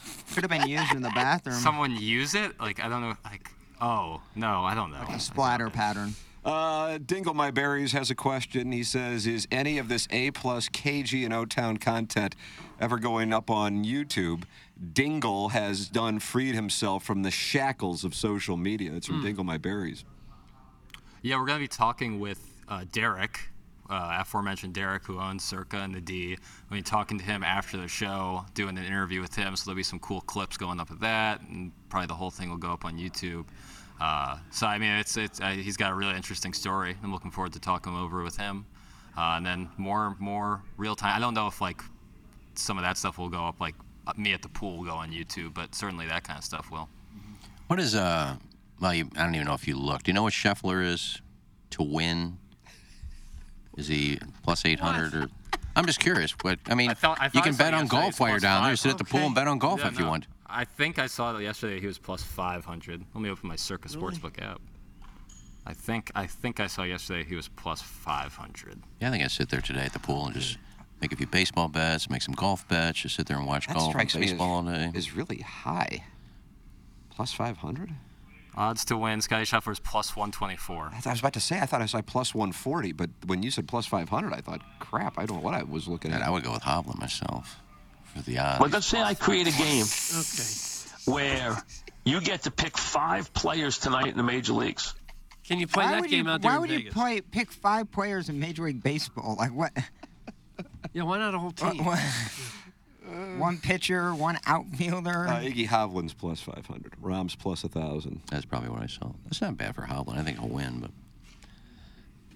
Could have been used in the bathroom.
Someone use it? Like I don't know. Like oh no, I don't know.
a splatter pattern.
Uh, Dingle My Berries has a question. He says, "Is any of this A plus KG and O Town content ever going up on YouTube?" Dingle has done freed himself from the shackles of social media. It's from Dingle My Berries.
Yeah, we're going to be talking with uh, Derek, uh, aforementioned Derek, who owns Circa and the D. We'll be talking to him after the show, doing an interview with him. So there'll be some cool clips going up of that, and probably the whole thing will go up on YouTube. Uh, so I mean, it's it's uh, he's got a really interesting story. I'm looking forward to talking over with him, uh, and then more more real time. I don't know if like some of that stuff will go up, like uh, me at the pool will go on YouTube, but certainly that kind of stuff will.
What is uh? Well, you, I don't even know if you looked. Do you know what Scheffler is to win? Is he plus eight hundred or? I'm just curious. What I mean,
I thought- I
you
thought I
can
saw
bet on
yesterday
golf
it's
while you're
plus
down there.
five.
Sit at the pool and bet on golf
Yeah,
if you
no.
want.
I think I saw that yesterday. He was plus 500. Let me open my Circus Sportsbook app. I think I think I saw yesterday he was plus 500.
Yeah, I think I sit there today at the pool and just make a few baseball bets, make some golf bets, just sit there and watch
That
golf and
strikes me as-
baseball all day.
Is really high. Plus 500?
Odds to win. Scotty Scheffler's plus 124.
I was about to say, I thought I saw plus 140, but when you said plus 500, I thought, crap, I don't know what I was looking at.
I would go with Hobland myself for the odds.
Well, let's say I create a game
Okay.
where you get to pick five players tonight in the major leagues.
Can you play
why
that
would
game
you,
out there
Why
in
would you
Vegas?
play, pick five players in Major League Baseball? Like what?
yeah, why not a whole team?
what- one pitcher, one outfielder.
Uh, Iggy Hovland's plus 500. Rom's plus 1,000.
That's probably what I saw. That's not bad for Hobland. I think he'll win, but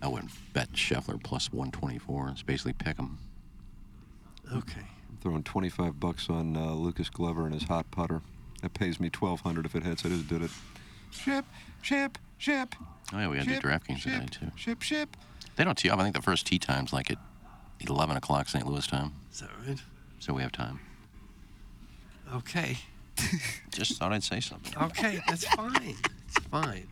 I wouldn't bet Scheffler plus 124. It's basically pick him.
Okay.
I'm throwing 25 bucks on uh, Lucas Glover and his hot putter. That pays me 1,200 if it hits. I just did it. Ship, ship, ship.
Oh, yeah, we got to do
Chip,
DraftKings
chip.
today, too.
Ship, ship.
They don't tee off. I think the first tee time's like at 11 o'clock St. Louis time,
Is that right?
so we have time.
Okay.
Just thought I'd say something.
Okay, that's fine. It's fine.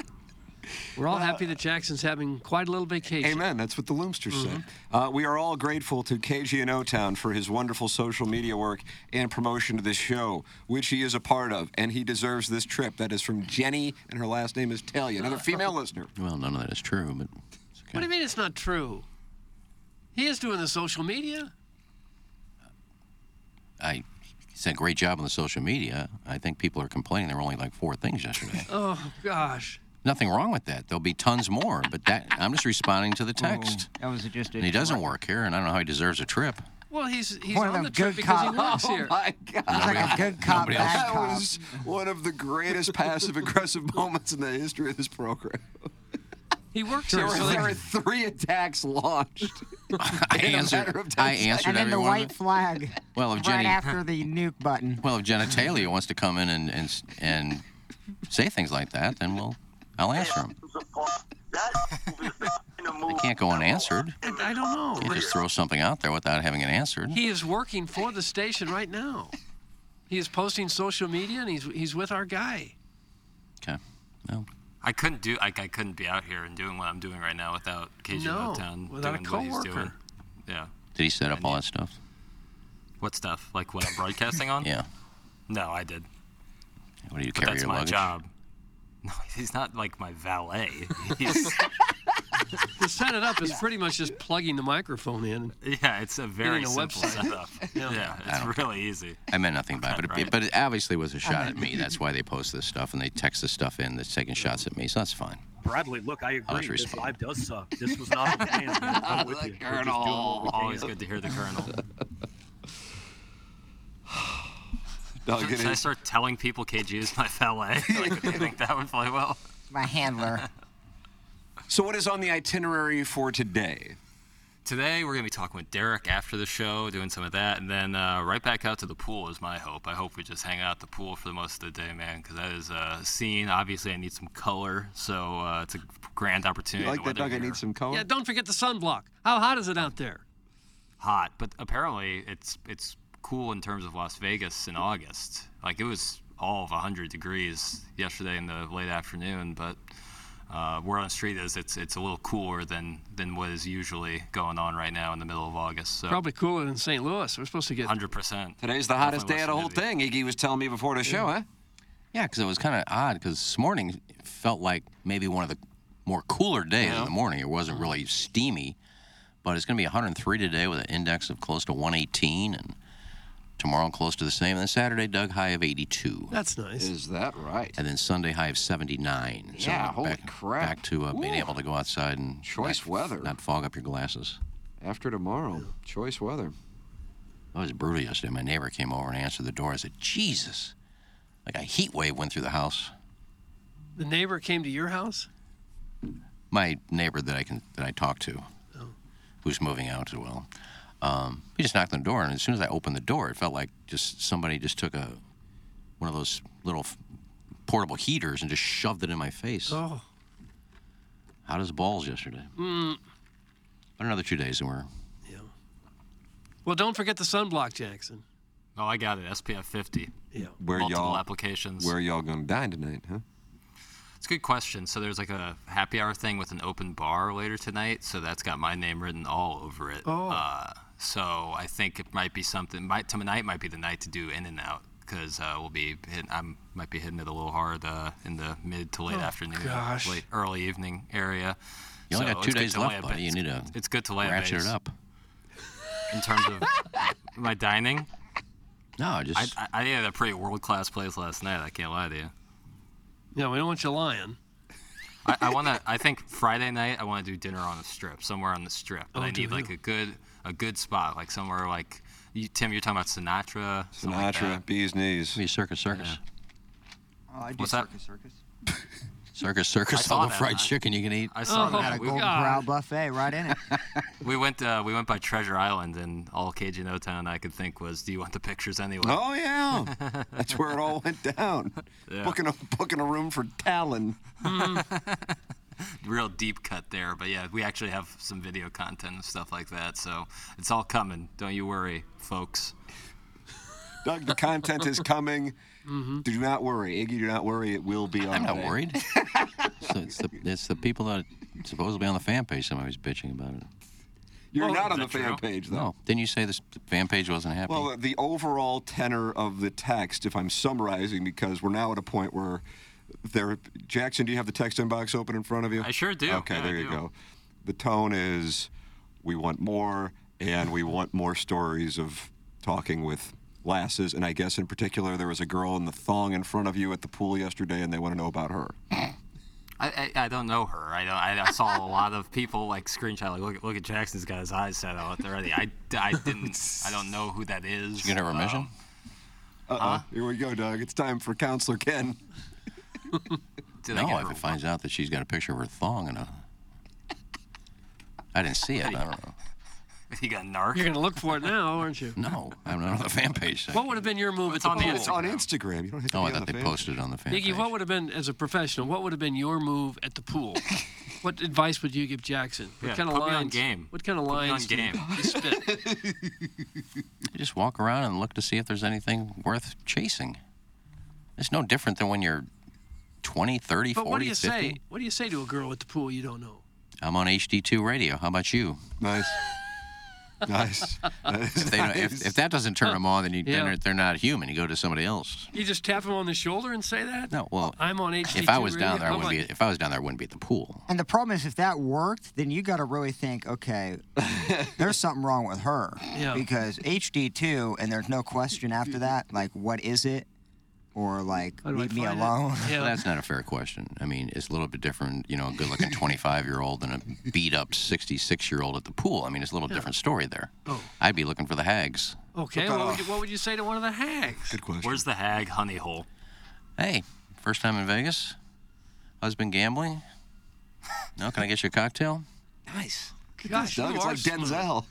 We're all happy that Jackson's having quite a little vacation.
Amen. That's what the Loomsters said. Uh, we are all grateful to KG and O Town for his wonderful social media work and promotion to this show, which he is a part of, and he deserves this trip. That is from Jenny, and her last name is Talia, another female listener.
Well, none of that is true, but
What do you mean it's not true? He is doing the social media.
I said great job on the social media. I think people are complaining there were only like four things yesterday.
Oh gosh.
Nothing wrong with that. There'll be tons more, but that I'm just responding to the
Oh,
text.
Oh, That was just.
And he doesn't work here, and I don't know how he deserves a trip.
Well, he's he's
One of
on the
them good
trip
Oh
because he
cop-
works here.
Oh, My God.
It's like a good cop,
nobody else-
bad
That
cop.
was one of the greatest passive aggressive moments in the history of this program.
He works
There
here.
were,
So
there were
they,
three attacks launched.
I
In a
answered.
matter of ten
I
seconds.
answered
and then
every
the
one of
white
it.
flag
Well, if
right
Jenny,
after the nuke button.
well, if Genitalia wants to come in and and s- and say things like that, then we'll I'll answer him. They can't go unanswered.
I don't know.
Can't just throw something out there without having it answered.
He is working for the station right now. He is posting social media and he's he's with our guy.
Okay. No.
I couldn't do like I couldn't be out here and doing what I'm doing right now without KJ
No,
Motown
without a
doing what he's doing.
coworker.
Yeah.
Did he set up all that stuff?
What stuff? Like what I'm broadcasting on?
Yeah.
No, I did.
What do you
But
carry
that's
your
my
luggage?
job. No, he's not like my valet. He's,
To set it up is pretty much just plugging the microphone in.
yeah, it's a very
a
simple
website.
setup. Yeah, it's really easy.
I meant nothing by it, but it,
Right.
but it obviously was a shot at me. That's why they post this stuff and they text this stuff in that's taking shots at me. So that's fine.
Bradley, look, I
I'll
agree.
just
This
respond.
live does suck. This was not the plan. man. I'm with you. We're just doing what we
Always
can.
good to hear the Colonel.
Doug, it
Should I
is
start telling people KG is my valet? Like, do you think that would play well?
My handler.
So, what is on the itinerary for today?
Today we're gonna be talking with Derek after the show, doing some of that, and then uh, right back out to the pool is my hope. I hope we just hang out at the pool for the most of the day, man, because that is a scene. Obviously, I need some color, so uh, it's a grand opportunity.
You like
The
that,
weather
Doug? I
here-
need some color.
Yeah, don't forget the sunblock. How hot is it out there?
hot, but apparently it's it's cool in terms of Las Vegas in August. Like it was all of 100 degrees yesterday in the late afternoon, but uh, where on the street is it's it's a little cooler than than what is usually going on right now in the middle of August. So
Probably cooler than St. Louis. We're supposed to get
100%.
Today's the hottest day of the
Definitely
whole
less than
thing. Iggy was telling me before the show, huh?
Yeah, because it was kind of odd because this morning it felt like maybe one of the more cooler days in the morning. It wasn't really steamy, but it's going to be 103 today with an index of close to 118, and tomorrow close to the same, and then Saturday, Doug, high of 82.
That's nice.
Is that right?
And then Sunday high of 79. So
Yeah, holy
back,
crap.
Back to uh, being
Ooh.
able to go outside and
Choice
not,
weather.
not fog up your glasses.
After tomorrow, choice weather.
It was brutal yesterday. My neighbor came over and answered the door. I said, Jesus. Like a heat wave went through the house.
The neighbor came to your house?
my neighbor that I can that I talked to, who's moving out as well. Um, he just knocked on the door, and as soon as I opened the door, it felt like just somebody just took a one of those little f- portable heaters and just shoved it in my face.
Oh.
Hot as balls yesterday.
Mm.
But another two days, and we're
Well, don't forget the sunblock, Jackson.
Oh, I got it. SPF 50.
Yeah.
Where
Multiple
y'all
applications.
Where y'all gonna dine tonight, huh?
It's a good question. So there's like a happy hour thing with an open bar later tonight. So that's got my name written all over it.
Oh.
Uh, so I think it might be something. Might tonight might be the night to do in and out because uh, we'll be hit, I might be hitting it a little hard uh, in the mid to late
Oh,
afternoon,
gosh.
late early evening area.
You only
So
got two
it's good
days
to
left,
lay a
buddy.
base.
You need to
It's good to lay a
ratchet it
base.
up.
in terms of my dining.
No, just-
I, I, I had a pretty world class place last night. I can't lie to you.
No, we don't want you lying.
I, I want to. I think Friday night I want to do dinner on the strip, somewhere on the strip. But
Oh,
I
do
need like a good a good spot, like somewhere like you, Tim. You're talking about Sinatra. something like
Sinatra,
that.
bees knees.
Be circus, circus,
Oh, I do
What's that?
circus, circus.
circus,
I
circus.
saw
All the
that.
fried chicken you can eat.
I
Oh
saw
Got
that.
a
We,
golden corral buffet right in it.
we went. Uh, we went by Treasure Island, and all Cajun O Town I could think was, "Do you want the pictures anyway?"
Oh yeah, that's where it all went down.
Yeah.
Booking a booking a room for Talon.
Hmm.
real deep cut there. But yeah, we actually have some video content and stuff like that. So it's all coming. Don't you worry, folks.
Doug, the content is coming.
Mm-hmm.
Do not worry, Iggy. Do not worry. It will be on.
I'm not
there.
worried. so it's the it's the people that supposedly on the fan page. Somebody's bitching about it.
You're not on the fan page though.
No, didn't you say this the fan page wasn't happy?
Well, the overall tenor of the text, if I'm summarizing, because we're now at a point where there. Jackson, do you have the text inbox open in front of you?
I sure do.
Okay,
Yeah, I
there you
do.
go. The tone is, we want more, and we want more stories of talking with lasses, and I guess in particular there was a girl in the thong in front of you at the pool yesterday, and they want to know about her.
I, I, I don't know her. I, don't, I I saw a lot of people like screenshot like look at look at Jackson's got his eyes set out already. I, I didn't. I don't know who that is.
you get her remission?
Um,
Uh-oh, here we go, Doug. It's time for Counselor Ken.
did I
no,
get
if
her-
it finds out that she's got a picture of her thong and a. I didn't see it. I don't know.
You got narc.
You're going to look for it now, aren't you?
No, I'm not on the fan page.
What would have been your move at the
Oh,
pool?
it's on Instagram. You don't have to
Oh,
be
I
on
thought
the
they
fan.
posted it on the fan.
Iggy, what would have been, as a professional, what would have been your move at the pool? what advice would you give Jackson? What
Yeah,
kind of
put me on
lines?
game.
What kind of
Put me on
lines? do you-
game.
you spit?
You just walk around and look to see if there's anything worth chasing. It's no different than when you're 20, 30,
But
40,
what do you
50.
say? What do you say to a girl at the pool you don't know?
I'm on HD2 radio. How about you?
Nice. nice.
If, they don't, if, if that doesn't turn them on, then you,
Yeah.
then they're, they're not human. You go to somebody else.
You just tap him on the shoulder and say that?
No, well,
I'm on HD.
if I was down there, I wouldn't be. If I was down there, I wouldn't be at the pool.
And the problem is, if that worked, then you got to really think, okay, there's something wrong with her.
Yeah.
Because HD2, and there's no question after that, like, what is it? Or, like,
do I
leave me
find it?
alone.
Yeah.
Well, that's not a fair question. I mean, it's a little bit different, you know, a good-looking 25-year-old and a beat-up 66-year-old at the pool. I mean, it's a little different story there.
Oh.
I'd be looking for the hags.
Okay, what would, you, what would you say to one of the hags?
Good question.
Where's the hag honey hole?
Hey, first time in Vegas? Husband gambling? No, can I get you a cocktail?
Nice.
Gosh,
Doug,
you
it's
are
like Denzel.
Oh,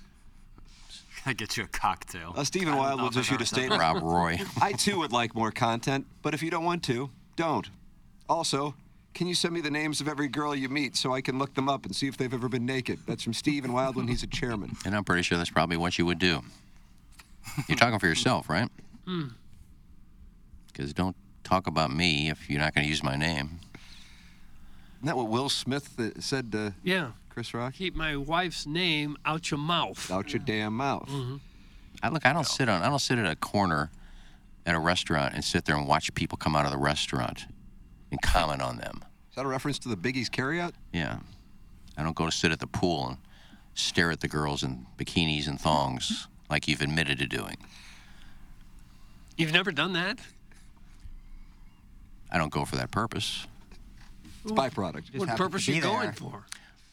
I get you a cocktail.
Uh, Stephen Wild will just shoot a statement.
Rob Roy.
I too would like more content, but if you don't want to, don't. Also, can you send me the names of every girl you meet so I can look them up and see if they've ever been naked? That's from Stephen Wild when he's a chairman.
And I'm pretty sure that's probably what you would do. You're talking for yourself, right?
Hmm.
Because don't talk about me if you're not going to use my name.
Isn't that what Will Smith uh, said to
Yeah.
Chris Rock?
Keep my wife's name out your mouth. Mm-hmm.
Out your damn mouth.
I look. I don't sit on. I don't sit at a corner at a restaurant and sit there and watch people come out of the restaurant and comment on them.
Is that a reference to the Biggie's carryout?
Yeah, I don't go to sit at the pool and stare at the girls in bikinis and thongs like you've admitted to doing.
You've never done that?
I don't go for that purpose.
It's byproduct.
Just
what
happened to
purpose are
be
you going
there.
for?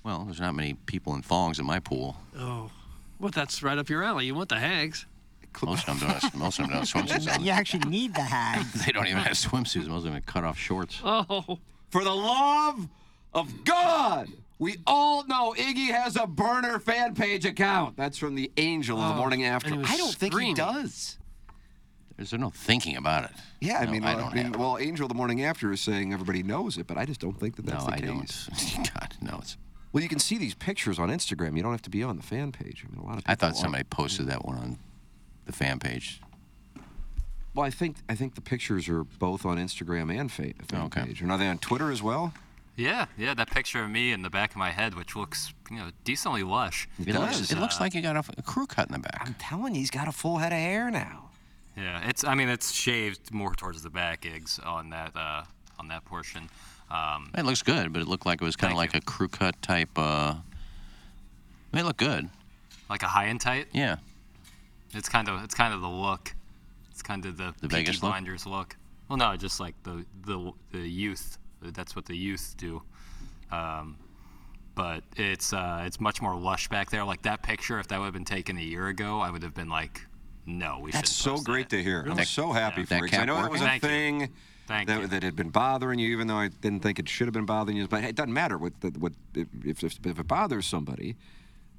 Well, there's not many people in thongs at my pool.
Oh. Well, that's right up your alley. You want the hags.
Most of them don't. Have, most of them don't have swimsuits on.
You actually need the hag.
They don't even have swimsuits. Most of them have cut off shorts.
Oh.
For the love of God, we all know Iggy has a burner fan page account. That's from the Angel of the Morning After. I don't think he does.
There's no thinking about it.
Yeah, I
No,
mean,
I
well,
don't
mean, well, Angel of the Morning After is saying everybody knows it, but I just don't think that that's
No,
the
I
case.
don't. God knows.
Well, you can see these pictures on Instagram. You don't have to be on the fan page. I mean, a lot of people
I thought
are.
somebody posted that one on the fan page.
Well, I think I think the pictures are both on Instagram and fa- fan page. And are they on Twitter as well?
Yeah, yeah, that picture of me in the back of my head, which looks, you know, decently lush. uh,
It looks- it looks like
you
got a, crew cut in the back.
Uh, I'm telling you, he's got a full head of hair now.
Yeah, it's. I mean, it's shaved more towards the back, eggs on that uh, on that portion. Um,
It looks good, but it looked like it was kind of like a crew cut type. Uh, it looked good.
like a high and tight.
Yeah.
It's kind of it's kind of the look. It's kind of the,
The
Peaky
Vegas look?
Blinders look? Well, no, just like the the the youth. That's what the youth do. Um, but it's uh, it's much more lush back there. Like that picture, if that would have been taken a year ago, I would have been like, no, we
That's
should.
so great to hear. I'm
Really?
so happy
Yeah.
for
That
you. 'cause I
kept
know that was a
working. Thank you.
thing
Thank
that,
you.
that had been bothering you, even though I didn't think it should have been bothering you. But it doesn't matter. What, the, what if, if, if it bothers somebody,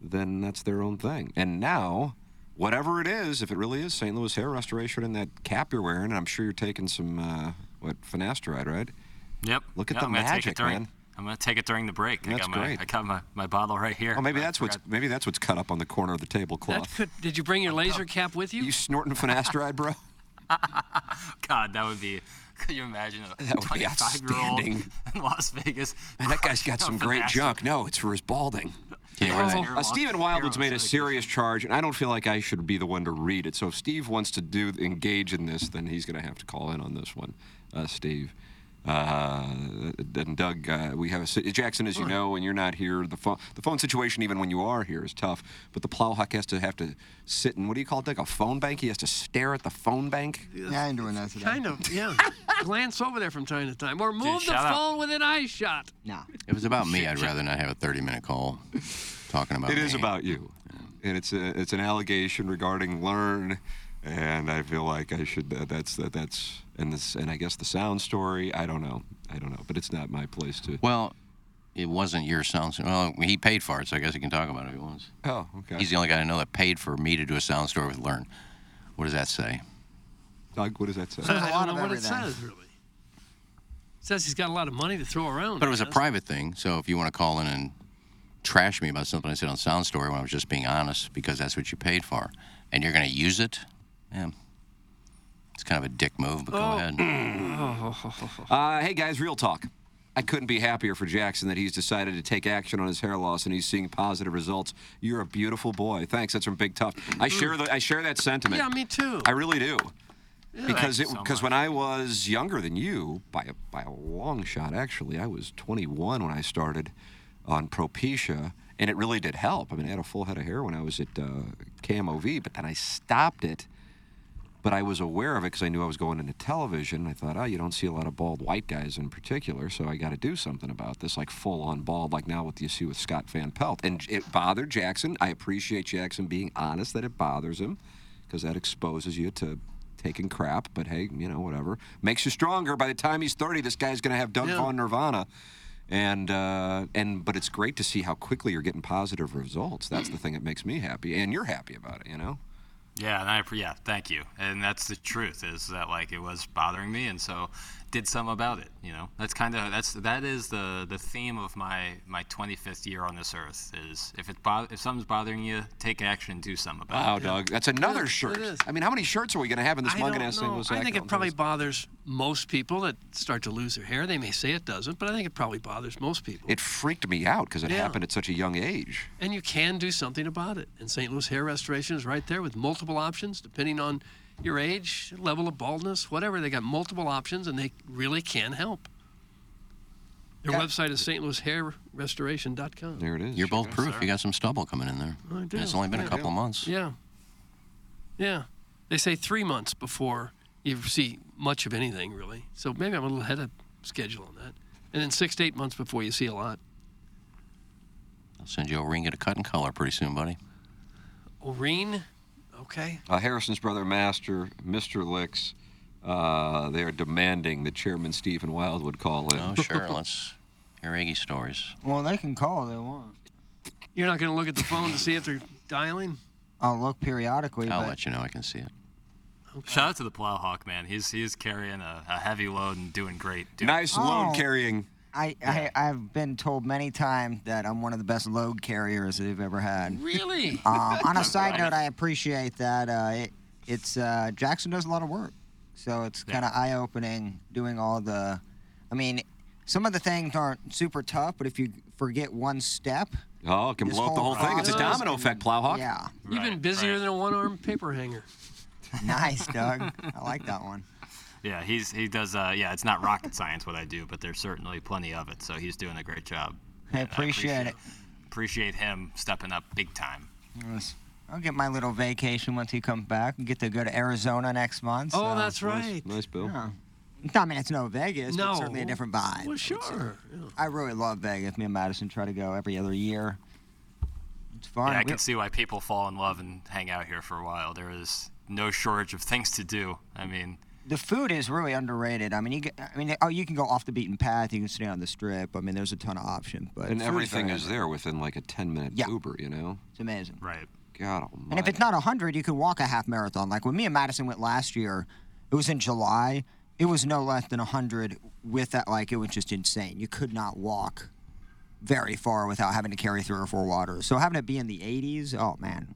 then that's their own thing. And now, whatever it is, if it really is St. Louis hair restoration and that cap you're wearing, and I'm sure you're taking some uh, what finasteride, right?
Yep.
Look at
Yeah,
the
I'm gonna take
magic,
it during,
man.
I'm gonna take it during the break. I
That's
got my
great.
I got my, my bottle right here.
Oh, maybe that's what's maybe that's what's cut up on the corner of the tablecloth.
Could, did you bring your laser cap with you?
You snorting finasteride, bro?
God, that would be. Could you imagine a
That would be
25 year old in
outstanding.
Las Vegas?
Man, that guy's got
Oh,
some great
fantastic.
junk. No, it's for his balding.
Yeah, right.
Uh, Stephen Wildwood's made a serious charge, and I don't feel like I should be the one to read it. So if Steve wants to do engage in this, then he's going to have to call in on this one, uh, Steve. Uh, and Doug, uh, we have a si- Jackson, as you know, when you're not here, the phone the phone situation, even when you are here, is tough. But the plowhawk has to have to sit in what do you call it, Doug? A phone bank? He has to stare at the phone bank.
Yeah, I ain't doing that today.
Kind of, yeah. Glance over there from time to time, or move the
shut up.
phone with an eye shot.
Nah.
If it was about me, I'd rather not have a 30 minute call talking about
It is
me.
about you, and it's a, it's an allegation regarding learn, and I feel like I should. That, that's that, that's and this and I guess the sound story. I don't know. I don't know, but it's not my place to.
Well, it wasn't your sound. Well, he paid for it, so I guess he can talk about it if he wants.
Oh, okay.
He's the only guy I know that paid for me to do a sound story with Learn. What does that say?
Doug, what does that say?
I don't know what it says really. It says he's got a lot of money to throw around.
But it was a
I guess.
private thing, so if you want to call in and trash me about something I said on Sound Story when I was just being honest, because that's what you paid for, and you're going to use it, yeah, it's kind of a dick move. But go
Oh.
ahead.
Uh, hey guys, real talk. I couldn't be happier for Jackson that he's decided to take action on his hair loss and he's seeing positive results. You're a beautiful boy. Thanks. That's from Big Tough. I share the, I share that sentiment.
Yeah, me too.
I really do.
Yeah.
because
Thank
it
you so
because when I was younger than you by a, by a long shot actually I was 21 when I started on Propecia and it really did help I mean I had a full head of hair when I was at uh, KMOV but then I stopped it but I was aware of it because I knew I was going into television I thought oh you don't see a lot of bald white guys in particular so I got to do something about this like full on bald like now what you see with Scott Van Pelt and it bothered Jackson I appreciate Jackson being honest that it bothers him because that exposes you to taking crap, but hey, you know, whatever. Makes you stronger. By the time he's 30, this guy's going to have Doug Von Nirvana. And uh, and but it's great to see how quickly you're getting positive results. That's the thing that makes me happy, and you're happy about it, you know.
Yeah, and I appre- yeah, thank you. And that's the truth is that like it was bothering me, and so did some about it. You know, that's kind of that's that is the the theme of my my 25th year on this earth is if it bo- if something's bothering you, take action, do something about
Wow,
it.
Doug, that's another shirt. I mean, how many shirts are we going to have in this
I
mug and
don't
ass thing?
know.
was
I
that
think it
going?
probably bothers most people that start to lose their hair. They may say it doesn't, but I think it probably bothers most people.
It freaked me out because it
Yeah.
happened at such a young age.
And you can do something about it. And St. Louis Hair Restoration is right there with multiple options depending on your age, level of baldness, whatever. They got multiple options and they really can help. Their website is stlouishairrestoration.com.
There it is.
You're both proof. You got some stubble coming in there.
I
And
do.
it's only been
I
a couple
do.
of months.
Yeah. Yeah. They say three months before you see much of anything, really. So maybe I'm a little ahead of schedule on that. And then six to eight months before you see a lot.
I'll send you a ring at a cut and color pretty soon, buddy.
Oreen? Okay.
Uh, Harrison's brother, Master, Mr. Licks, Uh, they are demanding that Chairman Stephen Wildwood call in.
Oh, sure. Let's hear Iggy stories.
Well, they can call if they want.
You're not going to look at the phone to see if they're dialing?
I'll look periodically.
I'll
but
let you know. I can see it.
Shout out to the Plowhawk, man. He's he's carrying a, a heavy load and doing great. Dude.
Nice
Oh.
load carrying.
I, I I've been told many times that I'm one of the best load carriers they've ever had.
Really?
Um, on a side note, I appreciate that. Uh, it, it's uh, Jackson does a lot of work, so it's kind of eye-opening doing all the. I mean, some of the things aren't super tough, but if you forget one step,
Oh, it can
This
blow up the
whole
whole thing. It's a
process
domino
can-
effect, Plowhawk.
yeah,
You've been busier than a one armed paper hanger.
nice, Doug. I like that one.
Yeah, he's he does. Uh, yeah, it's not rocket science what I do, but there's certainly plenty of it. So he's doing a great job.
I appreciate it.
Appreciate him stepping up big time.
Yes. I'll get my little vacation once he comes back. Get to go to Arizona next month.
Oh,
so-
that's right.
Nice, Bill.
Yeah. I mean, it's no Vegas,
No.
but certainly a different vibe. uh,
Well, sure.
I really love Vegas. Me and Madison try to go every other year. It's fun.
yeah, I
We-
can see why people fall in love and hang out here for a while. There is no shortage of things to do. I mean,
the food is really underrated. I mean, you get, I mean, oh, you can go off the beaten path. You can stay on the strip. I mean, there's a ton of options. But
And
food's
everything
very-
is there within like a 10 minute
Yeah.
Uber, you know?
It's amazing.
Right.
God almighty.
And if it's not 100, you can walk a half marathon. Like when me and Madison went last year, it was in July. It was no less than 100 with that. Like it was just insane. You could not walk very far without having to carry three or four waters. So having it be in the 80s, oh man,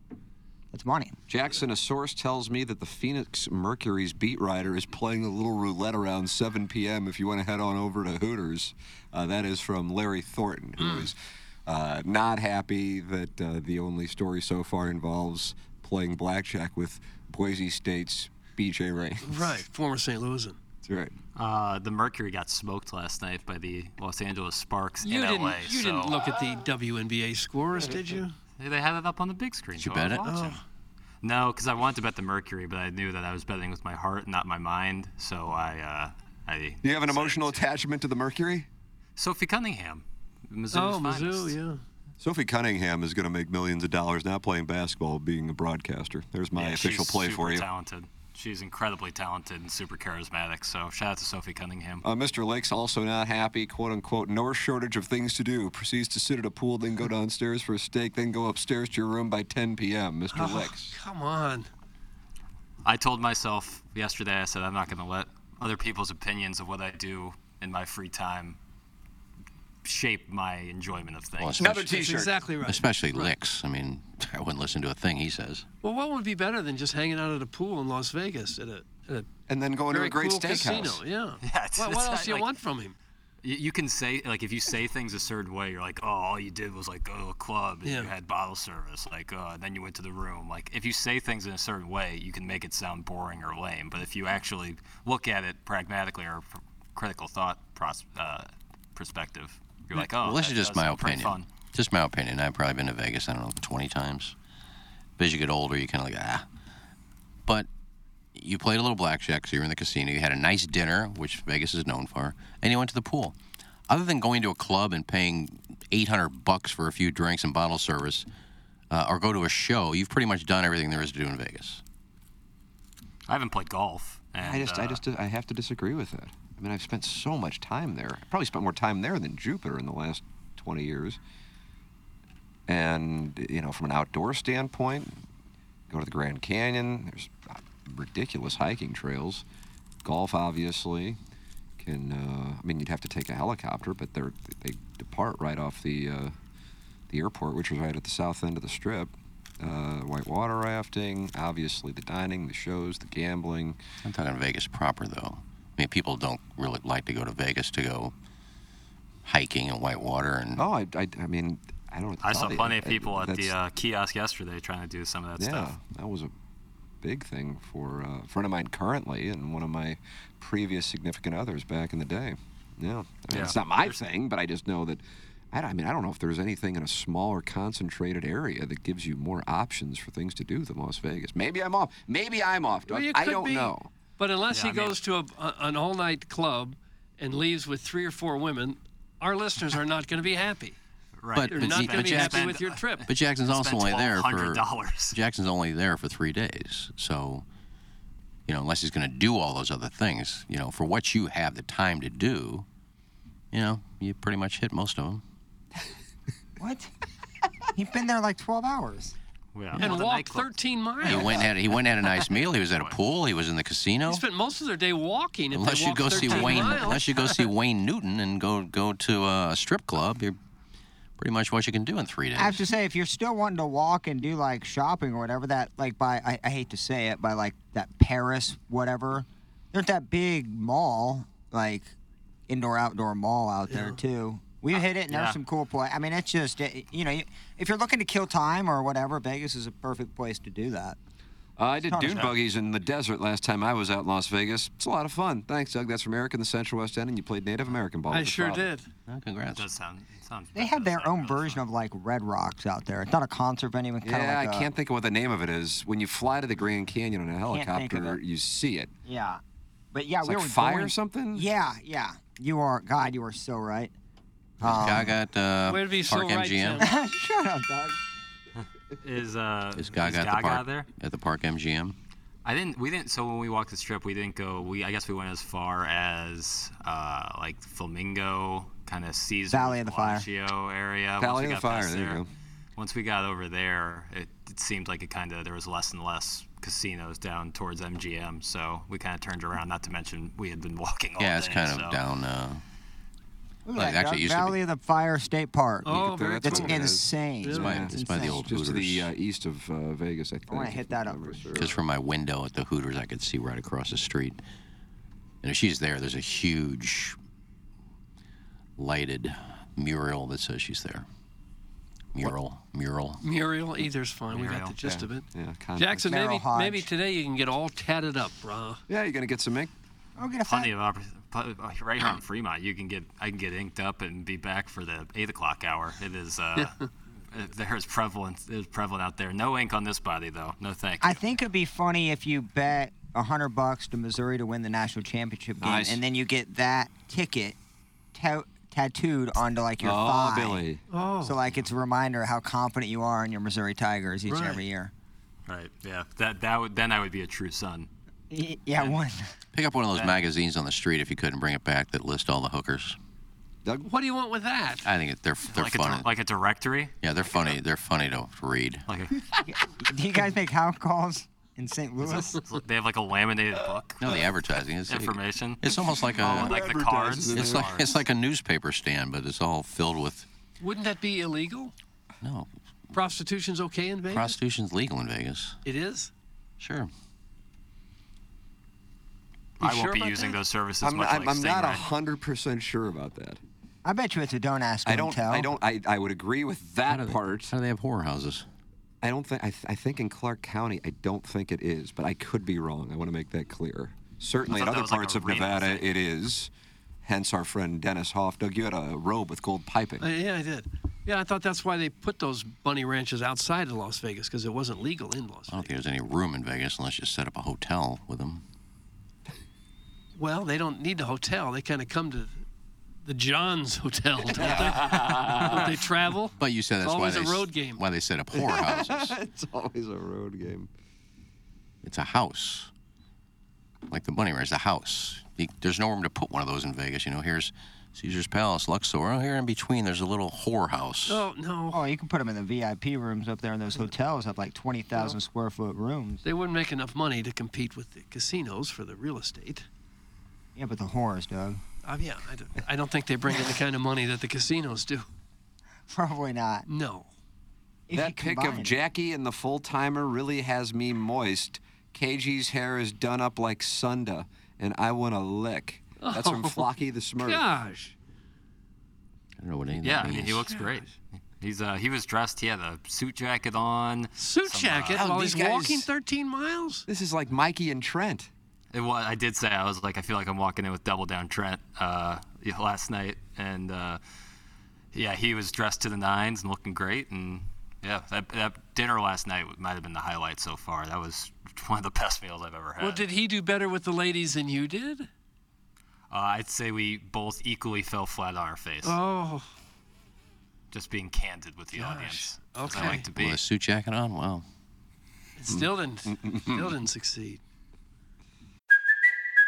that's money.
Jackson, a source tells me that the Phoenix Mercury's beat writer is playing a little roulette around 7 p.m. If you want to head on over to Hooters, uh, that is from Larry Thornton, who is
Hmm.
uh, not happy that uh, the only story so far involves playing blackjack with Boise State's B.J. Rain.
Right. Former St. Louisan.
That's right.
uh, the Mercury got smoked last night by the Los Angeles Sparks
You,
in
didn't,
LA.
you
so-
didn't look at the WNBA scores, did you? Oh.
They had it up on the big screen. Did
you bet it?
No, because I wanted to bet the Mercury, but I knew that I was betting with my heart, not my mind. So I, uh, I.
You have an emotional attachment to the Mercury?
Sophie Cunningham, Mizzou's
oh,
finest.
Mizzou, yeah.
Sophie Cunningham is going to make millions of dollars not playing basketball, being a broadcaster. There's my
Yeah,
official
she's
play
super
for you.
Talented. She's incredibly talented and super charismatic. So shout out to Sophie Cunningham.
Uh, Mr. Lake's also not happy, quote unquote, no shortage of things to do. Proceeds to sit at a pool, then go downstairs for a steak, then go upstairs to your room by 10 p.m. Mr.
Oh.
Lake's.
Come on.
I told myself yesterday, I said I'm not going to let other people's opinions of what I do in my free time shape my enjoyment of things.
Well, Another especially-
That's exactly right.
Especially licks. I mean, I wouldn't listen to a thing he says.
Well, what would be better than just hanging out at a pool in Las Vegas at a, at a
And then going to
very
a great
cool
steakhouse.
casino? Yeah.
it's-
what, what
it's
else
not
do you
like-
want from him?
You, you can say like if you say things a certain way, you're like, oh, all you did was like go to a club and
Yeah.
you had bottle service, like, uh, and then you went to the room. Like if you say things in a certain way, you can make it sound boring or lame. But if you actually look at it pragmatically or from critical thought pros- uh, perspective, you're like, oh,
well, this
that
is just
does
my
sound pretty
opinion.
Fun.
Just my opinion. I've probably been to Vegas, I don't know, 20 times. But as you get older, you kind of like, ah. But you played a little blackjack, so you were in the casino. You had a nice dinner, which Vegas is known for, and you went to the pool. Other than going to a club and paying 800 bucks for a few drinks and bottle service, uh, or go to a show, you've pretty much done everything there is to do in Vegas.
I haven't played golf. And,
I just, I
uh,
just, I have to disagree with that. I mean, I've spent so much time there. I probably spent more time there than Jupiter in the last 20 years. And you know, from an outdoor standpoint, go to the Grand Canyon. There's uh, ridiculous hiking trails. Golf, obviously, can. Uh, I mean, you'd have to take a helicopter, but they're they depart right off the uh, the airport, which is right at the south end of the strip. Uh, whitewater rafting, obviously the dining, the shows, the gambling.
I'm talking Vegas proper, though. I mean, people don't really like to go to Vegas to go hiking and whitewater and
Oh, I, I, I mean, I don't. know what to
I
tell
saw
you.
plenty of
I-
people at the
that's-
uh, kiosk yesterday trying to do some of that
yeah,
stuff.
that was a big thing for uh, a friend of mine currently, and one of my previous significant others back in the day. Yeah, I mean,
Yeah.
it's not my thing, but I just know that. I, don't- I mean, I don't know if there's anything in a smaller, concentrated area that gives you more options for things to do than Las Vegas. Maybe I'm off. Maybe I'm off.
Well,
Doug.
you
I
could
don't
be,
know.
But unless
Yeah,
he
I mean-
goes to a, a, an all night club and leaves with three or four women, our listeners are not going to be happy.
Right.
But-
They're
but
not
you-
going to
but
be
you have
happy
to-
with your trip.
But Jackson's
and
also
spend
only there for
$1,200.
Jackson's only there for three days, so you know, unless he's going to do all those other things, you know, for what you have the time to do, you know, you pretty much hit most of them.
What? You've been there like 12 hours.
and walked 13 miles.
He went and had he went and had a nice meal. He was at a pool. He was in the casino.
They spent most of their day walking. If
Unless
they
you
walked
go see
13
Wayne,
miles.
unless you go see Wayne Newton and go go to a strip club, you're pretty much what you can do in three days.
I have to say, if you're still wanting to walk and do like shopping or whatever, that like by I, I hate to say it, by like that Paris whatever, there's that big mall like indoor outdoor mall out there too. We hit it, and
yeah.
there's some cool play. I mean, it's just it, you know, you- if you're looking to kill time or whatever, Vegas is a perfect place to do that.
Uh, I did
Not as
dune
bad.
buggies in the desert last time I was out in Las Vegas. It's a lot of fun. Thanks, Doug. That's from Eric in the Central West End, and you played Native American ball.
I
with his
sure
father.
did.
Oh, congrats.
does sound, it sounds
They have their own version of like Red Rocks out there. It's not a concert venue. It's kind of
Yeah,
like
I
a-
can't think of what the name of it is. When you fly to the Grand Canyon on a
think of
helicopter, you see it.
Yeah, but yeah,
It's
we
like
were
fire or
going-
something?
Yeah, yeah. You are God. You are so right. Um,
Gaga at uh,
Way to be so
Park
right,
MGM.
Tim. Shut up, Doug.
Is uh
Is Gaga, at the
Gaga
park,
there?
At the Park MGM.
I didn't. We didn't. So when we walked the strip, we didn't go. We I guess we went as far as uh, like Flamingo, kind of Caesar
Valley of the Fire.
Palacio area. Once
Valley
we got
of the Fire,
past
there you go.
Once we got over there, it, it seemed like it kind of there was less and less casinos down towards MGM. So we kind of turned around. Not to mention we had been walking all
Yeah, it's
day,
kind of
so-
down. Uh,
Look
Well,
at
it
that,
actually
Doug.
used to be-
Valley of the Fire State Park. That's
what it is.
insane.
It's by- Yeah. it's by the old
Oh, Just to the
Hooters.
uh, east of uh, Vegas, I think.
wanna hit that up for
Because from my window at the Hooters, I could see right across the street. And if she's there, there's a huge lighted mural that says she's there. Mural, mural.
Muriel, either's fine. we got the gist of it.
Yeah,
Jackson, maybe, maybe today you can get all tatted up, bro.
Yeah, you're gonna get some ink.
I'll get a
plenty of opportunities. Right here in Fremont, you can get I can get inked up and be back for the eight o'clock hour. It is uh, there is prevalent it is prevalent out there. No ink on this body though. No thank.
I think it'd be funny if you bet a hundred bucks to Missouri to win the national championship game,
Nice.
and then you get that ticket ta- tattooed onto like your
Oh,
thigh.
Billy.
Oh. So like it's a reminder of how confident you are in your Missouri Tigers each and
Right.
every year.
Right. Yeah. That that would then I would be a true son.
Y- Yeah, one.
Pick up one of those magazines on the street if you could and bring it back that list all the hookers.
What do you want with that?
I think it- they're they're
Like a,
funny.
di- like a directory.
yeah, they're funny. They're funny to read.
Like
Do you guys make house calls in St. Louis?
they have like a laminated book.
no, the advertising is
Information.
It's almost like a
Oh, like the cards.
It's like it's like a newspaper stand, but it's all filled with
Wouldn't that be illegal?
No.
Prostitution's okay in Vegas?
prostitution's legal in Vegas.
it is?
Sure.
I won't be using those services
I'm,
much
I'm,
like
I'm not
Stingray.
hundred percent sure about that.
I bet you it's a don't ask,
I
don't
don't.
tell.
I don't. I, I would agree with that part.
How do they have horror houses?
I don't think. I, th- I think in Clark County, I don't think it is, but I could be wrong. I want to make that clear. Certainly,
I
in
thought that
other
was like
parts
a
of
Reno
Nevada, it is. Hence, our friend Dennis Hoff. Doug, you had a robe with gold piping.
Uh, yeah, I did. Yeah, I thought that's why they put those bunny ranches outside of Las Vegas because it wasn't legal in Las.
I don't think there's any room in Vegas unless you set up a hotel with them.
Well, they don't need the hotel. They kind of come to the Johns Hotel. Don't they? Don't they travel?
But you said
It's
that's why
always
they,
a
s-
road game.
Why they set up horror houses?
it's always a road game.
It's a house. Like the bunny ranch, a house. You, there's no room to put one of those in Vegas. You know, here's Caesar's Palace, Luxor. Oh, here in between, there's a little whore house.
Oh no.
Oh, you can put them in the VIP rooms up there in those hotels have like twenty thousand square foot rooms.
They wouldn't make enough money to compete with the casinos for the real estate.
Yeah, but the whores, Doug.
Uh, yeah, I don't, I don't think they bring in the kind of money that the casinos do.
Probably not.
No. If you
that pic
combine
of
it.
Jackie and the full timer really has me moist. KG's hair is done up like Sunda, and I want a lick. That's from
Oh,
Flocky the Smurf.
Gosh.
I don't know what any of that
Yeah, I mean,
means.
he looks great. He's uh, he was dressed. He had a suit jacket on. uh,
Suit jacket
Oh,
while he's walking 13 miles.
This is like Mikey and Trent.
It was, I did say I was like I feel like I'm walking in with Double Down Trent uh, yeah, last night, and uh, yeah, he was dressed to the nines and looking great, and yeah, that, that dinner last night might have been the highlight so far. That was one of the best meals I've ever had.
Well, did he do better with the ladies than you did?
Uh, I'd say we both equally fell flat on our face.
Oh.
Just being candid with the audience.
Oh.
as I like to be.
With a suit jacket on? Wow.
Still didn't. Still didn't succeed.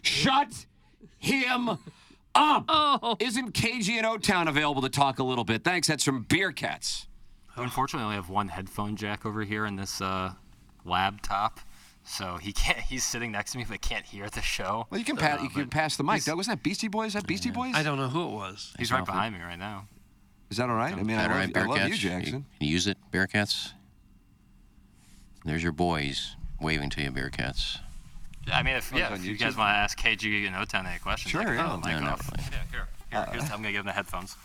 Shut him up. Isn't KG and O Town available to talk a little bit? Thanks. That's from Beer Cats.
Unfortunately, I only have one headphone jack over here in this uh, laptop, so he can't. He's sitting next to me, but can't hear the show.
Well, you can pass.
Uh,
you can
but
pass the mic.
he's-
Doug, wasn't that Beastie Boys? Is that Beastie Boys?
I don't know who it was.
He's right behind me right now.
Is that all right? I mean, I
All
love,
right,
I love
Bearcats.
you, Jackson.
Can you use it, Bearcats? There's your boys waving to you, Bearcats.
I mean, if,
Oh, it's
yeah,
on
if you
YouTube.
guys want to ask KG and O-Town any questions,
Sure,
I can
yeah.
turn the mic
No, no,
off. Yeah, here, here,
Uh,
here's- I'm gonna give him the headphones.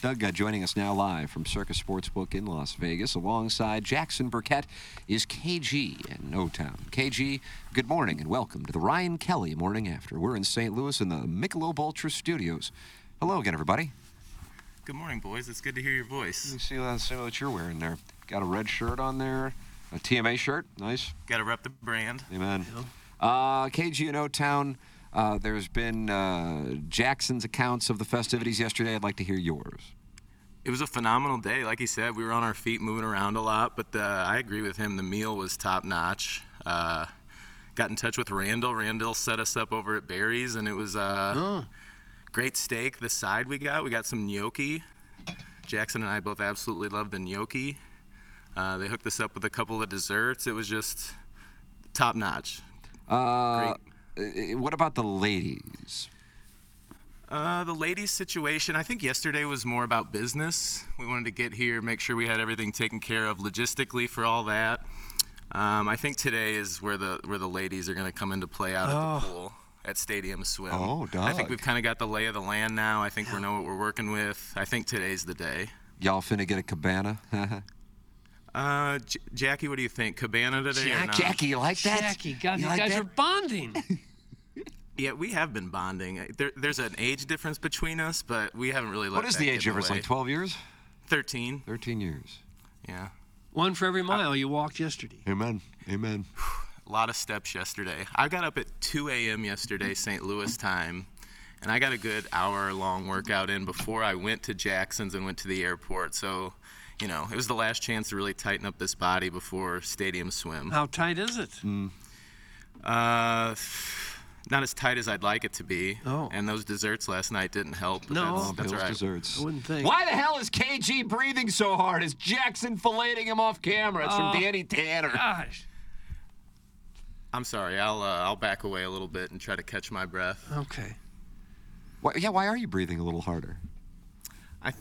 Doug uh, joining us now live from Circus Sportsbook in Las Vegas. Alongside Jackson Burkett is KG in O Town. KG, good morning and welcome to the Ryan Kelly Morning After. We're in St. Louis in the Michelob Ultra Studios. Hello again, everybody.
Good morning, boys. It's good to hear your voice.
You see, that, see what you're wearing there. Got a red shirt on there, a TMA shirt. Nice.
Got to rep the brand.
Amen. Uh, KG and O Town, uh, there's been uh, Jackson's accounts of the festivities yesterday. I'd like to hear yours.
It was a phenomenal day. Like he said, we were on our feet moving around a lot, but uh, I agree with him. The meal was top notch. Uh, got in touch with Randall. Randall set us up over at Barry's, and it was uh, great steak. The side we got, we got some gnocchi. Jackson and I both absolutely loved the gnocchi. Uh, they hooked us up with a couple of desserts. It was just top notch.
Uh, uh, What about the ladies?
Uh, the ladies' situation, I think yesterday was more about business. We wanted to get here, make sure we had everything taken care of logistically for all that. Um, I think today is where the where the ladies are going to come into play out at the
Oh.
pool at Stadium Swim.
Oh,
I think
dog.
we've kind of got the lay of the land now. I think we know what we're working with. I think today's the day.
Y'all finna get a cabana?
Uh, J- Jackie, what do you think? Cabana today or not?
Jackie, God,
You
these
like
guys
that?
are bonding.
Yeah, we have been bonding. There, there's an age difference between us, but we haven't really let
what is
that
the
get in
age difference?
way.
Like 12 years?
13.
13 years.
Yeah.
One for every mile you walked yesterday.
Amen. Amen.
a lot of steps yesterday. I got up at 2 a.m. yesterday, St. Louis time, and I got a good hour long workout in before I went to Jackson's and went to the airport. So, you know, it was the last chance to really tighten up this body before stadium swim.
How tight is it?
Hmm.
Uh, not as tight as I'd like it to be. Oh. And those desserts last night didn't help. but
No.
that's,
Oh,
that's
those
all right.
desserts. I
wouldn't
Why the hell is KG breathing so hard? Is Jackson filleting him off camera? It's
Oh,
from Danny Tanner.
Gosh.
I'm sorry. I'll uh, I'll back away a little bit and try to catch my breath.
Okay.
Why, yeah, why are you breathing a little harder?
I, uh,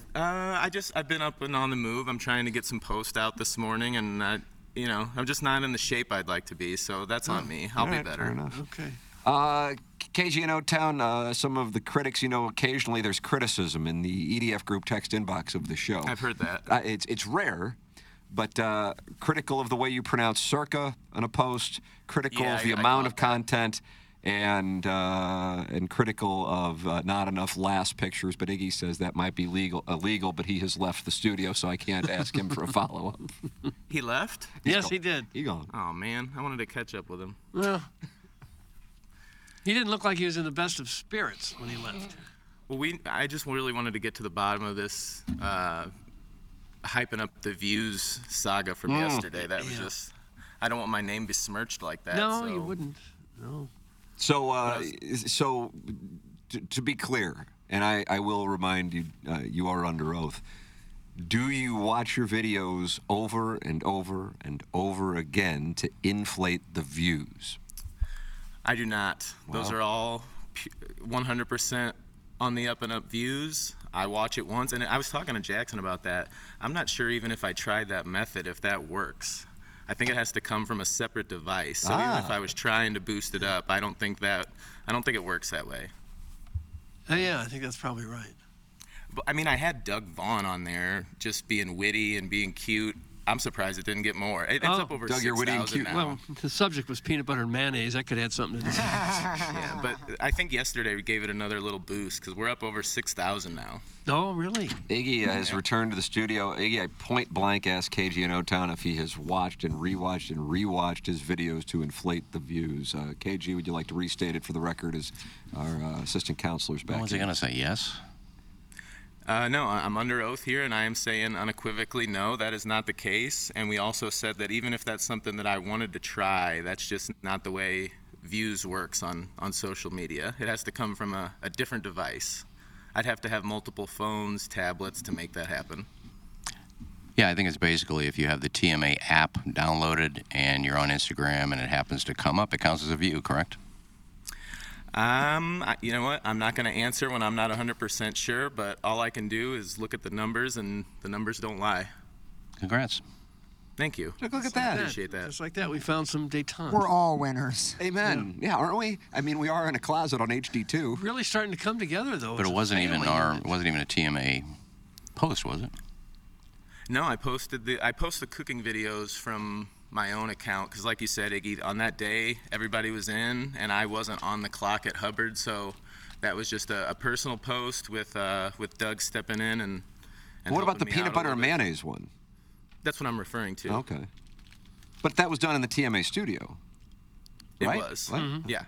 I just I've been up and on the move. I'm trying to get some post out this morning, and I, you know I'm just not in the shape I'd like to be. So that's on me. I'll
Oh, All right,
be better.
fair enough.
Okay.
Uh, KG and O Town, uh, some of the critics, you know, occasionally there's criticism in the EDF group text inbox of the show.
I've heard that.
Uh, it's, it's rare, but uh, critical of the way you pronounce circa on a post, critical
Yeah,
of the
I- I
amount of content, and uh, and critical of uh, not enough last pictures. But Iggy says that might be legal, illegal, but he has left the studio, so I can't ask him for a follow up.
He left.
Yes, he did.
He gone.
Oh man, I wanted to catch up with him.
Well, he didn't look like he was in the best of spirits when he left.
Mm-hmm. Well, we I just really wanted to get to the bottom of this, uh, hyping up the views saga from
Mm.
yesterday. That was
Yeah.
just. I don't want my name besmirched like that.
no,
so.
you wouldn't. No.
So, uh, is- so to, to be clear, and I, I will remind you, uh, you are under oath. Do you watch your videos over and over and over again to inflate the views?
I do not. Those
Wow.
are all pu- 100% on the up and up views. I watch it once, and I was talking to Jackson about that. I'm not sure even if I tried that method if that works. I think it has to come from a separate device. So even if
Ah.
I was trying to boost it up, I don't think that I don't think it works that way.
Uh, yeah, I think that's probably right.
But I mean, I had Doug Vaughn on there just being witty and being cute. I'm surprised it didn't get more. It, it's
Oh.
up over 6,000 now.
Well, the subject was peanut butter and mayonnaise. That could add something to this.
yeah, but I think yesterday we gave it another little boost because we're up over 6,000 now.
Oh, really?
Iggy has returned to the studio. Iggy, I point blank asked KG in O Town if he has watched and rewatched and rewatched his videos to inflate the views. Uh, KG, would you like to restate it for the record as our uh, assistant counselor's back?
was he gonna say yes?
Uh, no, I- I'm under oath here, and I am saying unequivocally no, that is not the case. And we also said that even if that's something that I wanted to try, that's just not the way views works on, on social media. It has to come from a, a different device. I'd have to have multiple phones, tablets to make that happen.
Yeah, I think it's basically if you have the TMA app downloaded and you're on Instagram and it happens to come up, it counts as a view, correct?
Um, I- you know what? I'm not going to answer when I'm not 100% sure, but all I can do is look at the numbers, and the numbers don't lie.
Congrats.
Thank you.
Look, look at
I
that.
appreciate that.
Just like that, we found some detente.
We're all winners.
Amen. Yeah. aren't we? I mean, we are in a closet on HD2.
Hmm. Really starting to come together, though.
But it wasn't even our, it wasn't even a TMA post, was it?
No, I posted the I post the cooking videos from my own account because, like you said, Iggy, on that day everybody was in, and I wasn't on the clock at Hubbard, so that was just a, a personal post with uh, with Doug stepping in and. and
what about
helping
the
me out
peanut
a
butter
little
and
bit.
mayonnaise one?
That's what I'm referring to.
Okay. But that was done in the TMA studio.
It
right?
was.
Right?
Mm-hmm.
Yeah.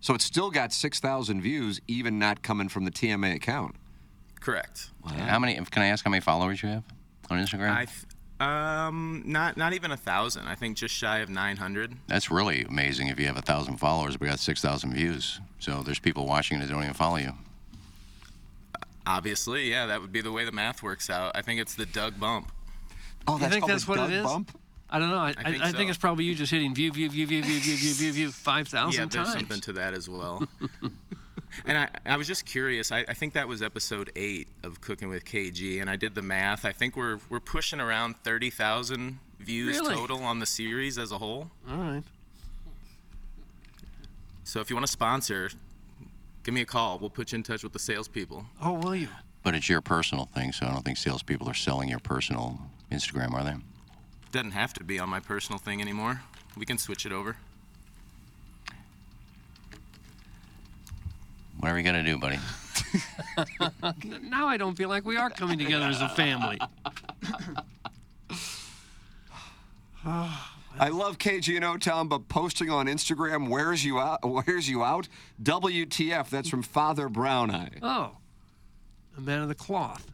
So it still got 6,000 views, even not coming from the TMA account.
Correct.
How many? Can I ask how many followers you have on Instagram?
I th- um not not even a thousand. I think just shy of 900.
That's really amazing. If you have a thousand followers, we got six thousand views. So there's people watching that don't even follow you.
Obviously, yeah, that would be the way the math works out. I think it's the Doug bump.
Oh,
You that's think called that's a what it Doug is? bump? I don't know. I, I, I
think
think,
so.
it's probably you just hitting view, view, view, view, view, view, view, view, view, five thousand
yeah, there's
times.
something to that as well. and I, I was just curious. I, I think that was episode eight of Cooking with KG, and I did the math. I think we're we're pushing around thirty thousand views
Really?
total on the series as a whole.
All right.
So if you want to sponsor, give me a call. We'll put you in touch with the salespeople.
Oh, will you?
But it's your personal thing, so I don't think salespeople are selling your personal Instagram, are they?
Doesn't have to be on my personal thing anymore. We can switch it over.
Whatever you got to do, buddy.
now I don't feel like we are coming together as a family.
I love KG and O Town, but posting on Instagram wears you out. Wears you out. WTF? That's from Father Brown Eye.
Oh, a man of the cloth.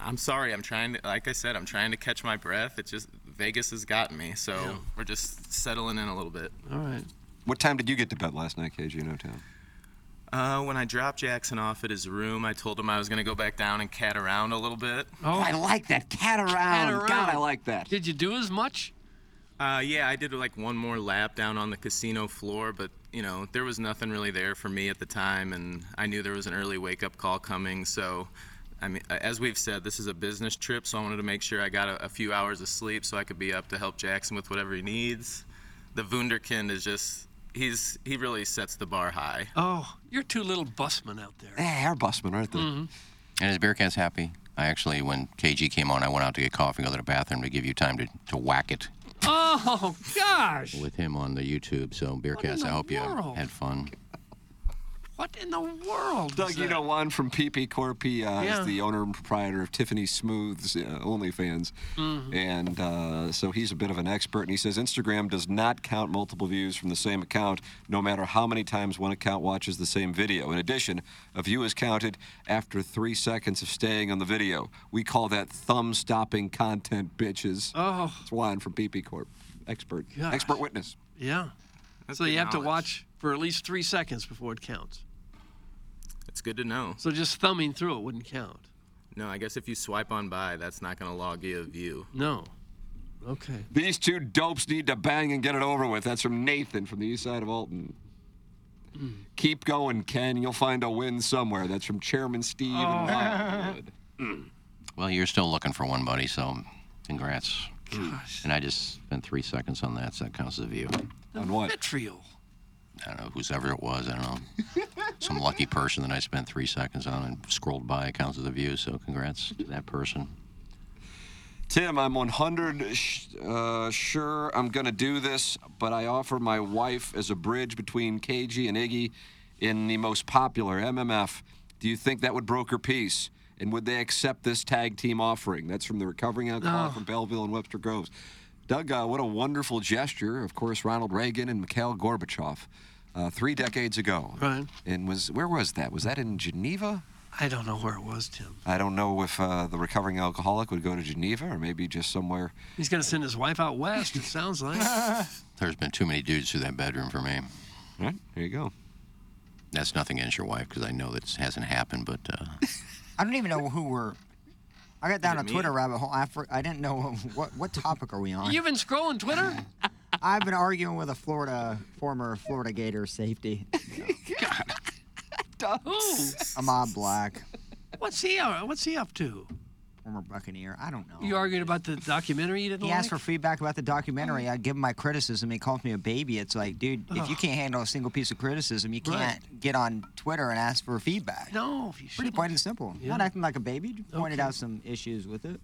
I'm sorry. I'm trying to, like I said, I'm trying to catch my breath. It's just Vegas has gotten me, so we're just settling in a little bit.
All right.
What time did you get to bed last night, KG and O Town?
Uh, when I dropped Jackson off at his room, I told him I was going to go back down and cat around a little bit.
Oh. I
like that cat around.
God, I
like that.
Did you do as much?
Uh, yeah, I did like one more lap down on the casino floor, but you know there was nothing really there for me at the time, and I knew there was an early wake-up call coming. So, I mean, uh, as we've said, this is a business trip, so I wanted to make sure I got a, a few hours of sleep so I could be up to help Jackson with whatever he needs. The Wunderkind is just—he's he really sets the bar high.
Oh, you're two little busmen out there.
Yeah, our busman right there.
And is Bearcat's happy? I actually, when KG came on, I went out to get coffee, go to the bathroom to give you time to, to whack it
Oh gosh!
with him on the YouTube. So Bearcats, I hope you
world?
had fun.
What in the world?
Doug,
is
you
that?
know one from PP Corpy, uh,
Yeah.
is the owner and proprietor of Tiffany Smooth's uh, OnlyFans,
Mhm.
and uh, so he's a bit of an expert. And he says Instagram does not count multiple views from the same account, no matter how many times one account watches the same video. In addition, a view is counted after three seconds of staying on the video. We call that thumb-stopping content, bitches.
Oh,
it's one from PP Corp, expert,
Gosh.
expert witness.
Yeah.
That's
so
good
you have to
knowledge.
watch for at least three seconds before it counts.
It's good to know.
So just thumbing through it wouldn't count.
No, I guess if you swipe on by, that's not going to log you a view.
No. Okay.
These two dopes need to bang and get it over with. That's from Nathan from the east side of Alton.
Hmm.
Keep going, Ken. You'll find a win somewhere. That's from Chairman Steve. in Wildwood.
Well, you're still looking for one, buddy, so congrats.
Gosh.
And I just spent three seconds on that, so that counts as a view.
On what?
Vitriol.
I don't know, whosoever it was, I don't know. Some lucky person that I spent three seconds on and scrolled by counts as a view, so congrats to that person.
Tim, I'm 100 sh- uh, sure I'm going to do this, but I offer my wife as a bridge between KG and Iggy in the most popular MMF. Do you think that would broker peace? And would they accept this tag team offering? That's from the recovering alcoholic
Oh.
from Belleville and Webster Groves. Doug, uh, what a wonderful gesture. Of course, Ronald Reagan and Mikhail Gorbachev uh, three decades ago.
Right.
And was where was that? Was that in Geneva?
I don't know where it was, Tim.
I don't know if uh, the recovering alcoholic would go to Geneva or maybe just somewhere
He's going to send his wife out west, it sounds like.
There's been too many dudes through that bedroom for me.
All right, there you go.
That's nothing against your wife, because I know that hasn't happened, but uh,
I don't even know who we're. I got down
it
a
me?
Twitter rabbit hole. I, for, I didn't know what what topic are we on.
You've been scrolling Twitter?
I've been arguing with a Florida former Florida Gator safety,
Who?
Ahmad Black,
What's he, uh, what's he up to?
former Buccaneer. I don't know.
You arguing about the documentary you didn't
He
like?
asked for feedback about the documentary. I give him my criticism. He called me a baby. It's like, dude, if you
Ugh.
can't handle a single piece of criticism, you
Right.
can't get on Twitter and ask for feedback.
No, you
Pretty plain and simple.
Yeah.
Not acting like a baby. You pointed
Okay.
out some issues with it.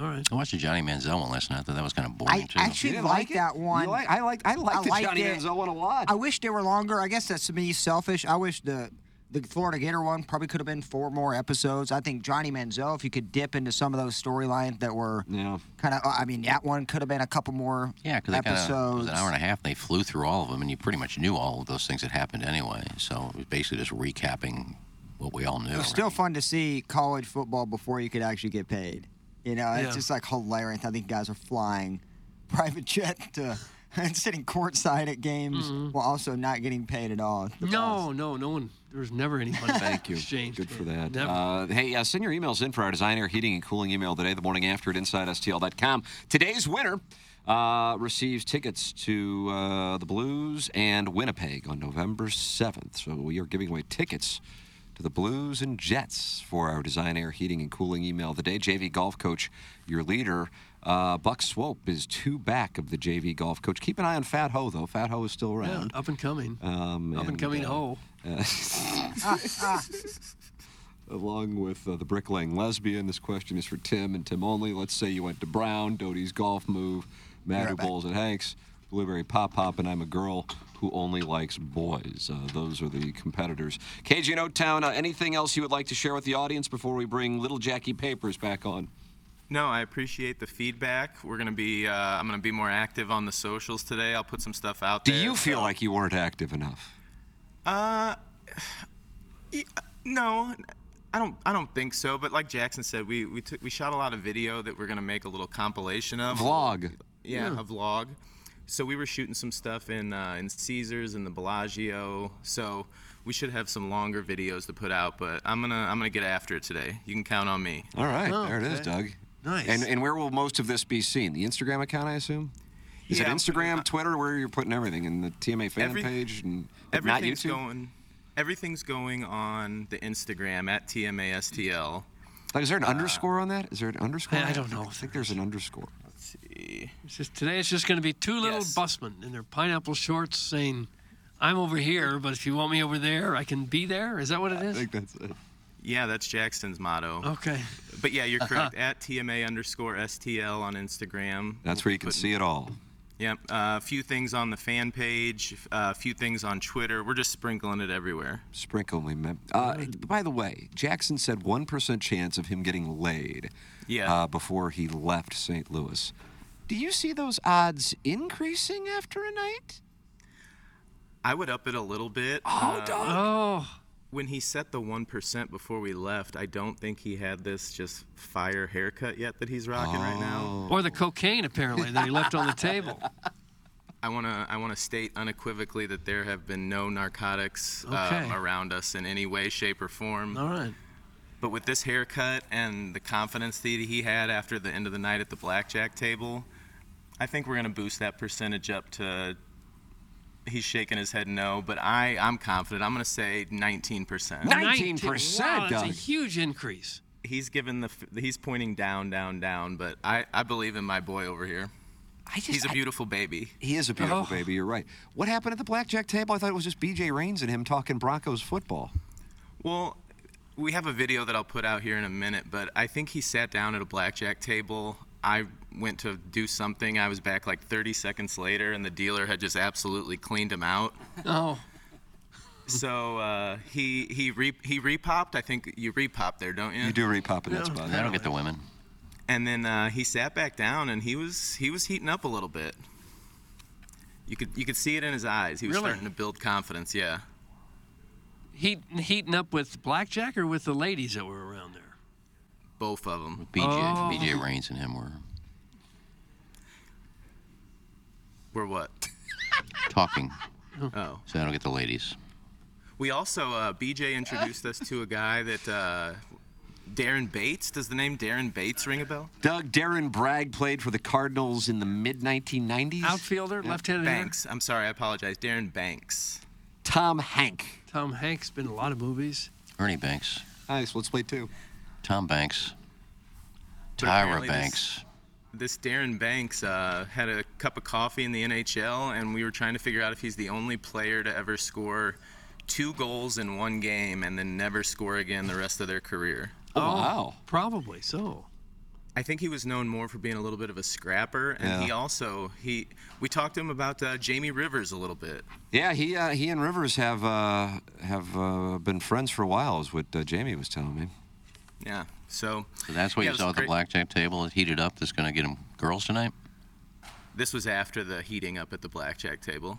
All right.
I watched the Johnny Manziel one last night. I thought that was kind of boring,
I
too.
actually like that one.
like- I liked- I liked the Johnny
it.
Manziel one a lot.
I wish they were longer. I guess that's to me selfish. I wish the the Florida Gator one probably could have been four more episodes. I think Johnny Manziel, if you could dip into some of those storylines that were
Yeah.
kind of, I mean, that one could have been a couple more
Yeah, because it was
episodes.
an hour and a half, and they flew through all of them, and you pretty much knew all of those things that happened anyway. So it was basically just recapping what we all knew.
It was still fun to see college football before you could actually get paid. You know, it's
Yeah.
just like hilarious. I think guys are flying private jet to and sitting courtside at games while also not getting paid at all.
Mm-hmm. No, no, no one. There was never any money
Thank you.
exchanged.
Good for that.
Never.
Uh, hey, uh, send your emails in for our design, air, heating, and cooling email today, the morning after at InsideSTL.com. Today's winner uh, receives tickets to uh, the Blues and Winnipeg on November 7th. So we are giving away tickets to the Blues and Jets for our design, air, heating, and cooling email today. JV Golf Coach, your leader. Uh, Buck Swope is two back of the JV Golf Coach. Keep an eye on Fat Ho, though. Fat Ho is still
Yeah,
around.
up and coming.
Um,
Up and coming ho.
uh, along with uh, the bricklaying lesbian. This question is for Tim and Tim only. Let's say you went to Brown, Doty's golf move, Madu Bowls at Hanks, Blueberry Pop Pop, and I'm a girl who only likes boys. Uh, those are the competitors. KG and Town, uh, anything else you would like to share with the audience before we bring little Jackie Papers back on?
No, I appreciate the feedback. We're gonna be. Uh, I'm gonna be more active on the socials today. I'll put some stuff out
Do
there.
you feel like you weren't active enough?
Uh, y- no, I don't. I don't think so. But like Jackson said, we we took, we shot a lot of video that we're gonna make a little compilation of.
Vlog.
Yeah,
Yeah.
a vlog. So we were shooting some stuff in uh, in Caesars and the Bellagio. So we should have some longer videos to put out. But I'm gonna I'm gonna get after it today. You can count on me.
All right,
Oh,
there it is, Doug.
Nice.
And, and where will most of this be seen? The Instagram account, I assume? Is
Yeah,
it
I'm
Instagram, Twitter, where you're putting everything? And the TMA fan
Every-
page? and but Not
Everything's
YouTube?
going. Everything's going on the Instagram at TMASTL.
Like, is there an underscore on that? Is there an underscore?
I-
on
Uh, I
that?
don't know
I think there's an underscore.
Let's see.
It's just- today it's just going to be two little busmen in their pineapple shorts saying, I'm over here, but if you want me over there, I can be there. Is that what it is?
that's it.
Yeah, that's Jackson's motto.
Okay.
But yeah, you're correct. At TMA underscore STL on Instagram.
That's where you can see it all.
Yep. Uh, A few things on the fan page, uh, a few things on Twitter. We're just sprinkling it everywhere.
Sprinkle me, man. Uh, by the way, Jackson said 1% chance of him getting laid
Yeah.
uh, before he left St. Louis. Do you see those odds increasing after a night?
I would up it a little bit. uh,
Oh, dog.
Oh.
When he set the 1% before we left, I don't think he had this just fire haircut yet that he's rocking right
Oh.
now.
Or the cocaine, apparently, that he left on the table.
I want to I want to state unequivocally that there have been no narcotics
Okay.
uh, around us in any way, shape, or form.
All right.
But with this haircut and the confidence that he had after the end of the night at the blackjack table, I think we're going to boost that percentage up to. He's shaking his head no, but I, I'm confident. I'm going to say 19%.
19%,
Wow, that's a
Doug.
huge increase.
He's giving the. f- He's pointing down, down, down, but I, I believe in my boy over here. I just, he's a beautiful baby.
He is a beautiful
Oh.
baby. You're right. What happened at the blackjack table? I thought it was just B.J. Reigns and him talking Broncos football.
Well, we have a video that I'll put out here in a minute, but I think he sat down at a blackjack table. I went to do something. I was back like 30 seconds later, and the dealer had just absolutely cleaned him out.
Oh.
So uh, he he re, he repopped. I think you repop there, don't you?
You do repop in that
Yeah.
spot.
That'll get the women.
And then uh, he sat back down, and he was he was heating up a little bit. You could you could see it in his eyes. He was
Really?
starting to build confidence. Yeah.
Heat, heating up with blackjack or with the ladies that were around there?
Both of them.
BJ,
Oh.
BJ Reigns and him were
We're what?
talking,
Oh.
so that'll get the ladies.
We also uh, BJ introduced us to a guy that uh, Darren Bates. Does the name Darren Bates ring a bell?
Doug, Darren Bragg played for the Cardinals in the mid 1990s.
Outfielder, left-handed hitter?
Banks. I'm sorry, I apologize. Darren Banks.
Tom Hank.
Tom Hanks been in a lot of movies.
Ernie Banks,
Nice. Let's play two.
Tom Banks,
But
Tyra
apparently this-
Banks.
This Darren Banks uh, had a cup of coffee in the NHL, and we were trying to figure out if he's the only player to ever score two goals in one game and then never score again the rest of their career.
Oh, wow. Probably so.
I think he was known more for being a little bit of a scrapper, and
Yeah.
he also he we talked to him about uh, Jamie Rivers a little bit.
Yeah, he uh, he and Rivers have uh, have uh, been friends for a while, is what uh, Jamie was telling me.
Yeah, so
So that's what
Yeah, it
you
was
saw at the
great.
blackjack table. It heated up. That's going to get him girls tonight.
This was after the heating up at the blackjack table.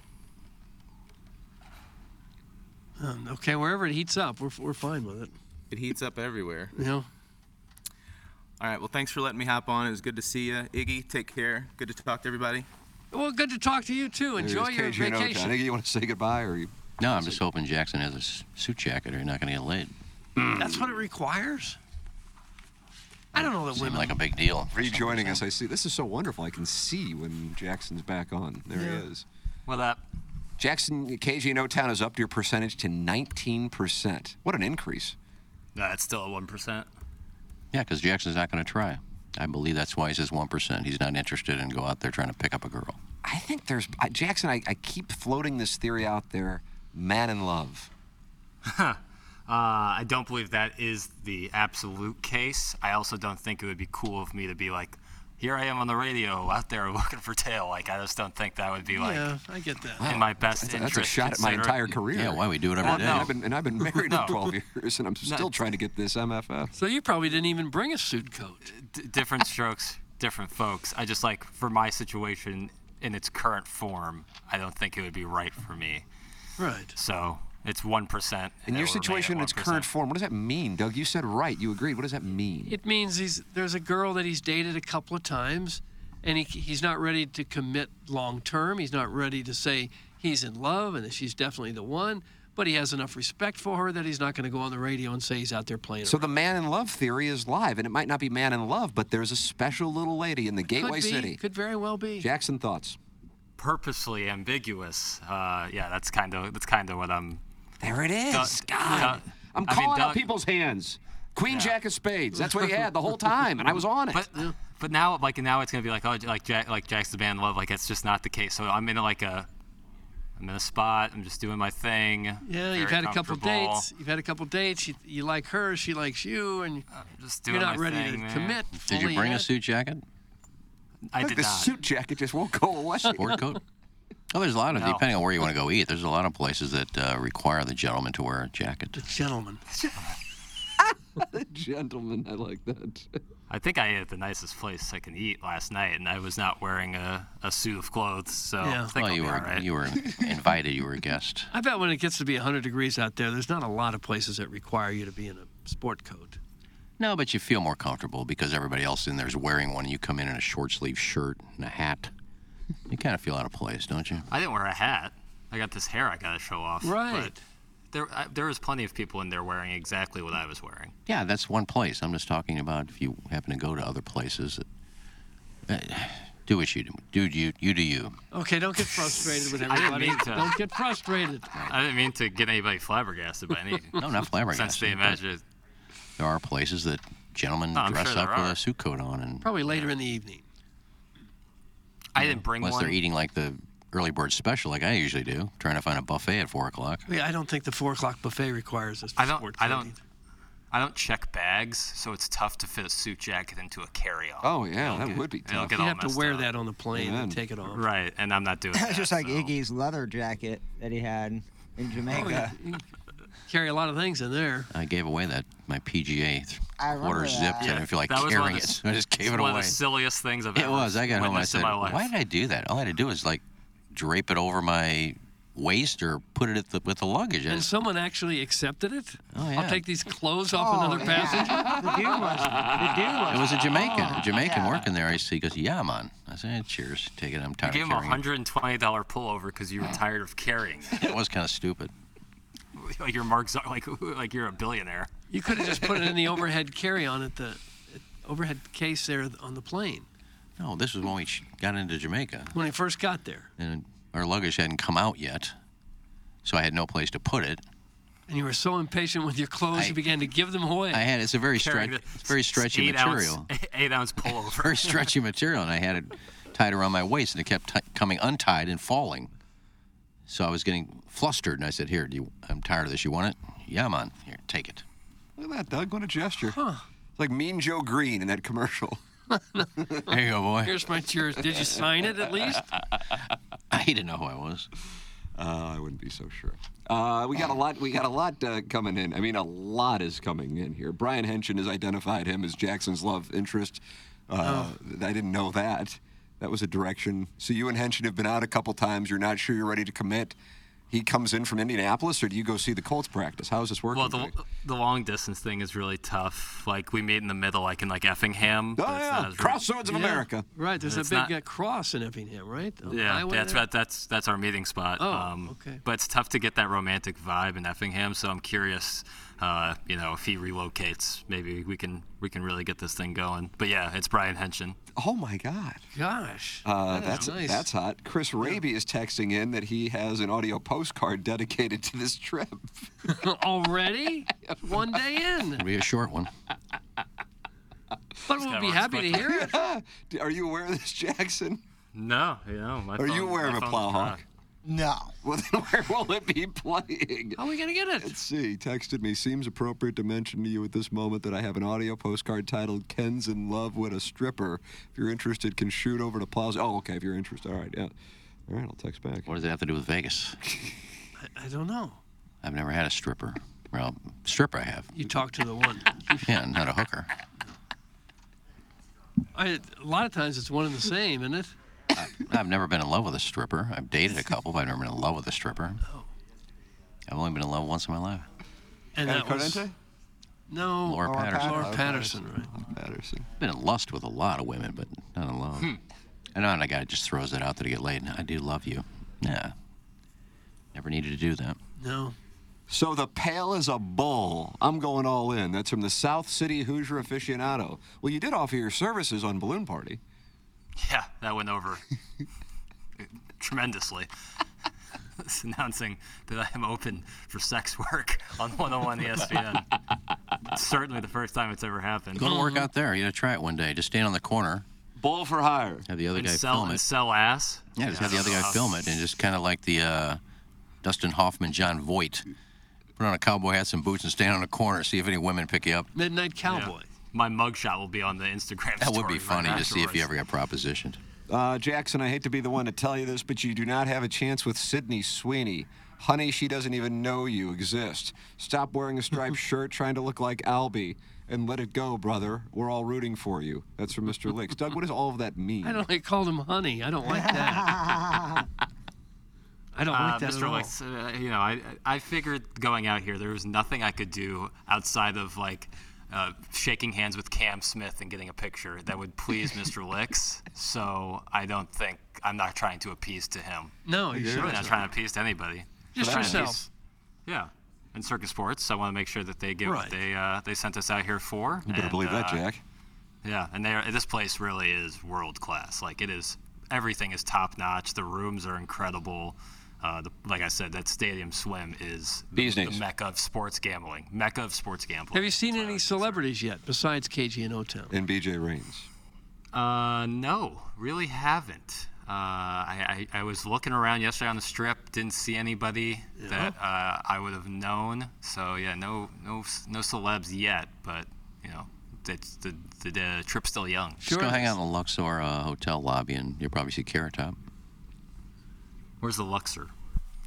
Um, okay, wherever it heats up, we're, we're fine with it.
It heats up everywhere.
You know,
All right. Well, thanks for letting me hop on. It was good to see you, Iggy. Take care. Good to talk to everybody.
well, good to talk to you too. Enjoy your
There's KJ and Otan.
vacation.
Iggy, you want to say goodbye, or you?
No, I'm just hoping Jackson has a s- suit jacket, or you're not going to get laid.
That's what it requires. I don't know that
Seemed
women.
like a big deal.
Rejoining us, I see. This is so wonderful. I can see when Jackson's back on. There
Yeah.
he is.
What up?
Jackson, KG, No Town is up your percentage to 19%. What an increase.
That's still at one percent.
Yeah, because Jackson's not going to try. I believe that's why he says one percent. He's not interested in go out there trying to pick up a girl.
I think there's I, Jackson. I, I keep floating this theory out there: man in love.
Uh, I don't believe that is the absolute case. I also don't think it would be cool of me to be like, here I am on the radio out there looking for tail. Like I just don't think that would be like
yeah, I get that.
in my best
That's,
interest.
that's a shot at my
consider-
entire career.
Yeah, why we do it every
Well,
day.
no, I've been, and I've been married
No.
for 12 years, and I'm still trying to get this MFF.
So you probably didn't even bring a suit coat.
D- different strokes, different folks. I just like for my situation in its current form, I don't think it would be right for me.
Right.
So it's one percent.
In your situation, in its current form, what does that mean, Doug? You said right. You agreed. What does that mean?
It means he's there's a girl that he's dated a couple of times, and he, he's not ready to commit long term. He's not ready to say he's in love and that she's definitely the one. But he has enough respect for her that he's not going to go on the radio and say he's out there playing.
So the man in love theory is live, and it might not be man in love, but there's a special little lady in the
around.
Gateway
could be,
City.
could very well be.
Jackson thoughts.
purposely ambiguous. Uh, yeah, that's kind of that's kind of what I'm.
There it is.
Doug-
God,
Doug-
I'm
I mean,
calling out
Doug-
people's hands. Queen Jack of Spades. That's what he had the whole time, and I was on it.
But but now like now it's gonna be like oh like Jack like Jack's the band love like that's just not the case. So I'm in like a I'm in a spot. I'm just doing my thing.
Yeah, you've had a couple dates. You've had a couple dates. You, you like her, she likes you, and
Uh, Just
you're
doing
not
my
ready to
thing, man.
commit.
Did you
fully
bring a
yet.
suit jacket
I
Look,
did
the
not.
suit jacket just won't go away.
or a coat? Oh, there's a lot of
No.
depending on where you want to go eat. There's a lot of places that uh, require the gentleman to wear a jacket.
The gentleman.
Gentlemen, I like that.
I think I ate at the nicest place I can eat last night, and I was not wearing a, a suit of clothes. So I think
well,
I'll
you
be all
were
right.
you were invited. You were a guest.
I bet when it gets to be 100 degrees out there, there's not a lot of places that require you to be in a sport coat.
No, but you feel more comfortable because everybody else in there is wearing one, and you come in in a short sleeve shirt and a hat. You kind of feel out of place, don't you?
I didn't wear a hat. I got this hair I got to show off.
Right.
But there, I, there was plenty of people in there wearing exactly what I was wearing.
Yeah, that's one place. I'm just talking about if you happen to go to other places. That, eh, Do what you do. Do you you do you.
Okay, don't get frustrated with
I didn't
everybody.
mean to.
Don't get frustrated.
I didn't mean to get anybody flabbergasted by any.
No, not flabbergasted,
Since they
but-
imagine it.
There are places that gentlemen
Oh, I'm
dress
sure
up
there
with
are.
a suit coat on, and
Probably later in the evening.
I didn't bring
unless
one.
they're eating like the early bird special, like I usually do, trying to find a buffet at four o'clock.
Yeah, I don't think the four o'clock buffet requires us.
I don't. I don't. I don't check bags, so it's tough to fit a suit jacket into a carry-on.
Oh, yeah,
It'll
that
get-
would be
It'll
tough.
get
You'd
all
have to
messed
wear
up.
that on the plane and Amen.
take it off.
Right, and I'm not doing that.
just like Iggy's leather jacket that he had in Jamaica.
Oh, Carry a lot of things in there.
I gave away that my PGA th-
I
quarter zip. I didn't feel like
that was one
carrying
of
it.
the-
so I just gave
it's
it
One
away.
of the silliest things I've
It
ever
was. I got home. I
witnessed in
said,
my life.
"Why did I do that? All I had to do is like drape it over my waist or put it at the, with the luggage." I
And
just-
someone actually accepted it.
Oh,
I'll
yeah.
take these clothes off another passage.
The dude was. The dude
it was a Jamaican, a Jamaican working there. I said, "He goes, yeah, man." I said, eh, "Cheers, take it. I'm
I
tired
gave
of
him a
carrying
hundred and twenty dollar pullover because you were tired of carrying.
it." It was kind of stupid.
it. like you're Mark, Zuck- like like you're a billionaire.
You could have just put it in the overhead carry-on at the at overhead case there on the plane
No, Oh, this was when we sh- got into Jamaica,
when I first got there,
and our luggage hadn't come out yet, so I had no place to put it.
and you were so impatient with your clothes, you began to give them away.
I had it's a very
Carrying
stretch,
the-
it's very stretchy
eight ounce-
material.
eight ounce pullover.
very stretchy material, and I had it tied around my waist, and it kept t- coming untied and falling. So I was getting flustered, and I said, "Here, do you, I'm tired of this. You want it? Yeah, man. Here, take it."
Look at that, Doug. What a gesture. It's like Mean Joe Green in that commercial.
There you go, boy.
Here's my tears. Did you sign it at least?
I didn't know who I was.
Uh, I wouldn't be so sure. Uh, we got a lot. We got a lot uh, coming in. I mean, a lot is coming in here. Brian Henson has identified him as Jackson's love interest. Uh,
Oh.
I didn't know that. That was a direction. So you and Henson have been out a couple times. You're not sure you're ready to commit. He comes in from Indianapolis, or do you go see the Colts practice? How's this working?
Well, the, the long distance thing is really tough. Like we meet in the middle, like in like Effingham. but
Oh,
it's
yeah.
not as real-
Crossroads of
Yeah,
America.
Right. There's
It's
a big
not-
uh, cross in Effingham, right? On the
Yeah,
highway
that's
there?
right. That's that's our meeting spot. Um,
Oh, okay.
But it's tough to get that romantic vibe in Effingham. So I'm curious, uh, you know, if he relocates, maybe we can we can really get this thing going. But yeah, it's Brian Henson.
Oh my God.
Gosh. that
Uh,
is
that's
nice.
that's hot. Chris Raby is texting in that he has an audio postcard dedicated to this trip.
Already? One day in.
It'll be a short one.
But we'll be happy to hear it.
D- Are you aware of this, Jackson?
No, you know, my
Are you
phone-
aware of
my
a
phone's
plowhawk?
not.
No.
Well, then where will it be playing?
How are Oh, we going to get it?
Let's see. He texted me. Seems appropriate to mention to you at this moment that I have an audio postcard titled "Ken's in Love with a Stripper." If you're interested, can shoot over to Plaza. Oh, okay. If you're interested, all right. Yeah. All right. I'll text back.
What does it have to do with Vegas?
I don't know.
I've never had a stripper. Well, stripper I have.
You talk to the one.
Yeah, not a hooker.
I, a lot of times it's one and the same, isn't it?
I've never been in love with a stripper. I've dated a couple, but I've never been in love with a stripper. I've only been in love once in my life.
And
Anna
that was-
Corrente?
no.
Laura Laura Patterson. Patterson.
Laura Patterson, right?
Patterson.
I've been in lust with a lot of women, but not in love.
Hmm.
I know, and a guy just throws that out there to get laid. I do love you. Nah, never needed to do that.
No.
So the pale as a bull. I'm going all in. That's from the South City Hoosier aficionado. Well, you did offer your services on Balloon Party.
Yeah, that went over tremendously. It's announcing that I am open for sex work on 101 ESPN. Certainly the first time it's ever happened.
Going to work out there. You gotta try it one day. Just stand on the corner,
Bull for hire.
have the other
and
guy
sell,
film
and
it.
sell ass.
Yeah, just have the other guy film it, and just kind of like the uh, Dustin Hoffman, John Voight. Put on a cowboy hat, some boots, and stand on a corner. See if any women pick you up.
Midnight Cowboy.
My mugshot will be on the Instagram.
That would
story
be
right
funny to see if you
afterwards.
ever got propositioned.
Uh, Jackson, I hate to be the one to tell you this, but you do not have a chance with Sydney Sweeney. Honey, she doesn't even know you exist. Stop wearing a striped shirt trying to look like Albie and let it go, brother. We're all rooting for you. That's from Mr. Licks. Doug, what does all of that mean?
I don't like called him honey. I don't like that. I don't like
Uh,
that at
Mr.
all.
Lex, uh, you know, I I figured going out here there was nothing I could do outside of like uh, shaking hands with Cam Smith and getting a picture that would please Mr. Licks. So I don't think I'm not trying to appease to him.
No, you
I'm
shouldn't.
really not trying to appease to anybody.
Just
I'm trying to
yourself.
appease- Yeah. In circus sports, I want to make sure that they get
Right.
what they uh, they sent us out here for.
You better
and,
believe that,
uh,
Jack.
Yeah, and they this place really is world class. Like it is, everything is top notch. The rooms are incredible. Uh, the, like I said, that stadium swim is the,
Bee's
the
knees.
mecca of sports gambling. Mecca of sports gambling.
Have you seen any celebrities yet besides KG and O Town?
And BJ Reigns.
Uh, no, really haven't. Uh, I, I, I was looking around yesterday on the strip, didn't see anybody that uh, I would have known. So yeah, no no no celebs yet, but you know, it's the the, the trip's still young.
Just go hang out in the Luxor uh, hotel lobby, and you'll probably see Carrot Top.
Where's the Luxor?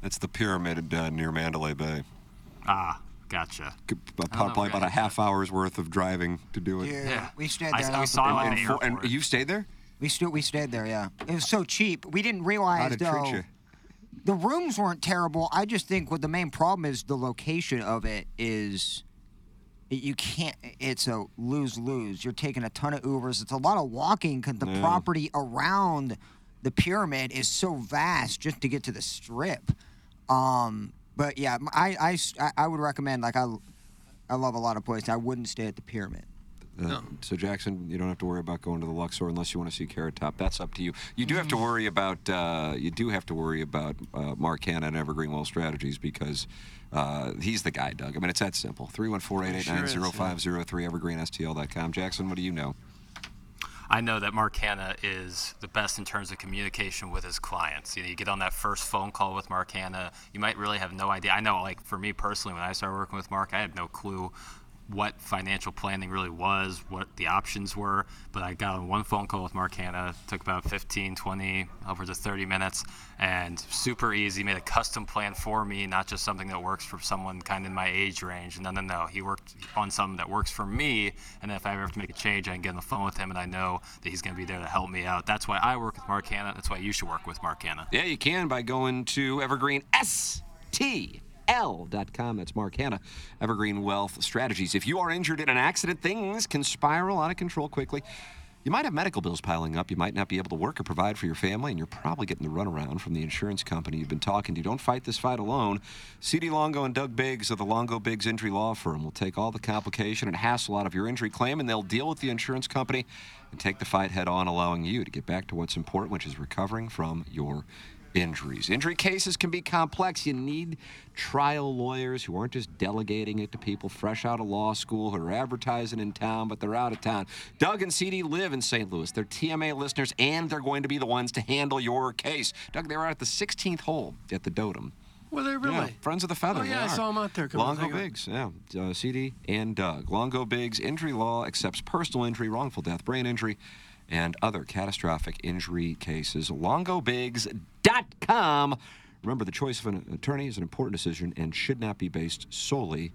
That's the pyramid uh, near Mandalay Bay.
Ah, gotcha.
About- Probably about a half hour's worth of driving to do it.
Dude, we stayed
I-
there.
I
that
saw
was the
it at
best.
the airport.
And you stayed there?
We stu- we stayed there, yeah. It was so cheap. We didn't realize
How'd it treat
though.
you?
The rooms weren't terrible. I just think what the main problem is the location of it is you can't it's a lose lose. You're taking a ton of Ubers. It's a lot of walking cuz the
Yeah.
property around the pyramid is so vast just to get to the strip. Um but yeah, I I s- I- I would recommend like I I love a lot of places. I wouldn't stay at the pyramid.
Uh, So Jackson, you don't have to worry about going to the Luxor unless you want to see Carrot Top. That's up to you. You do have to worry about uh, you do have to worry about uh, Mark Hanna and Evergreen Wealth Strategies because uh, he's the guy, Doug. I mean, it's that simple. 314-889-0503, evergreenstl.com. Jackson, what do you know?
I know that Mark Hanna is the best in terms of communication with his clients. You, know, you get on that first phone call with Mark Hanna, you might really have no idea. I know, like for me personally, when I started working with Mark, I had no clue what financial planning really was, what the options were. But I got on one phone call with Mark Hanna, took about 15, 20, upwards of 30 minutes, and super easy. Made a custom plan for me, not just something that works for someone kind of in my age range. No, no, no. He worked on something that works for me, and if I ever have to make a change, I can get on the phone with him, and I know that he's going to be there to help me out. That's why I work with Mark Hanna. That's why you should work with Mark Hanna.
Yeah, you can by going to evergreenstl.com. That's Mark Hanna, Evergreen Wealth Strategies. If you are injured in an accident, things can spiral out of control quickly. You might have medical bills piling up. You might not be able to work or provide for your family, and you're probably getting the runaround from the insurance company you've been talking to. Don't fight this fight alone. CD Longo and Doug Biggs of the Longo Biggs Injury Law Firm will take all the complication and hassle out of your injury claim, and they'll deal with the insurance company and take the fight head on, allowing you to get back to what's important, which is recovering from your injuries. Injury cases can be complex. You need trial lawyers who aren't just delegating it to people fresh out of law school who are advertising in town, but they're out of town. Doug and CD live in St. Louis. They're TMA listeners, and they're going to be the ones to handle your case. Doug, they were out at the 16th hole at the Dotem.
Were they really?
Yeah, Friends of the Feather.
Oh, yeah,
they
I
are.
saw 'em out there. Come on,
Longo
take a-
Biggs, yeah. Uh, CD and Doug. Longo Biggs Injury Law accepts personal injury, wrongful death, brain injury, and other catastrophic injury cases. LongoBiggs.com. Remember, the choice of an attorney is an important decision and should not be based solely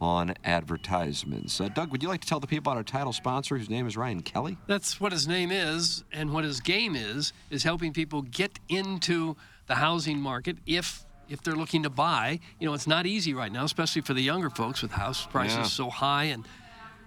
on advertisements. Uh, Doug, would you like to tell the people about our title sponsor, whose name is Ryan Kelly?
That's what his name is, and what his game is is helping people get into the housing market if if they're looking to buy. You know, it's not easy right now, especially for the younger folks with house prices
Yeah.
so high and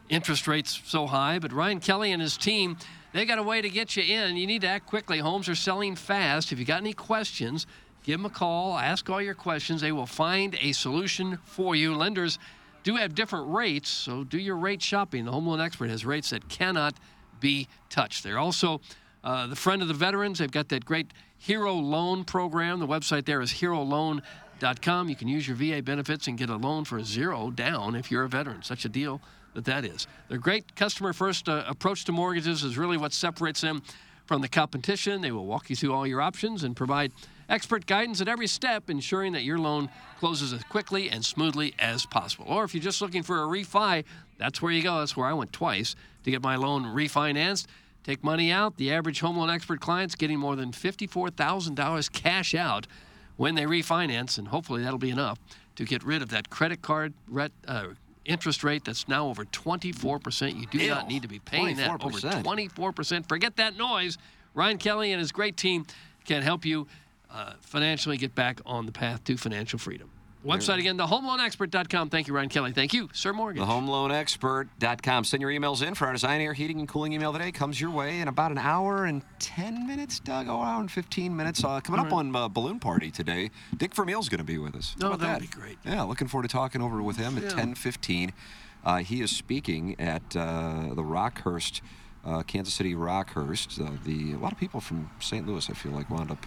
interest rates so high. But Ryan Kelly and his team, they got a way to get you in. You need to act quickly. Homes are selling fast. If you got any questions, give them a call. Ask all your questions. They will find a solution for you. Lenders do have different rates, so do your rate shopping. The home loan expert has rates that cannot be touched. They're also uh, the friend of the veterans. They've got that great Hero Loan program. The website there is heroloan.com. You can use your VA benefits and get a loan for zero down if you're a veteran. Such a deal that that is. Their great customer first uh, approach to mortgages is really what separates them from the competition. They will walk you through all your options and provide expert guidance at every step, ensuring that your loan closes as quickly and smoothly as possible. Or if you're just looking for a refi, that's where you go. That's where I went twice to get my loan refinanced. Take money out. The average home loan expert client's getting more than $54,000 cash out when they refinance, and hopefully that'll be enough to get rid of that credit card ret, uh, interest rate that's now over 24%. You do not
Ew,
need to be paying that over
24%.
24%. Forget that noise. Ryan Kelly and his great team can help you uh, financially get back on the path to financial freedom. Website again, thehomeloanexpert.com. Thank you, Ryan Kelly. Thank you, Sir Morgan.
TheHomeLoanExpert.com. Send your emails in for our design, air, heating, and cooling email today. Comes your way in about an hour and 10 minutes, Doug. Oh, hour and 15 minutes. Uh, coming up on uh, Balloon Party today, Dick Vermeil's going to be with us. How
Oh,
about
that'll
that?
be great.
Yeah, looking forward to talking over with him at
Yeah.
10:15. Uh, he is speaking at uh, the Rockhurst uh, Kansas City Rockhurst. Uh, the a lot of people from St. Louis, I feel like, wound up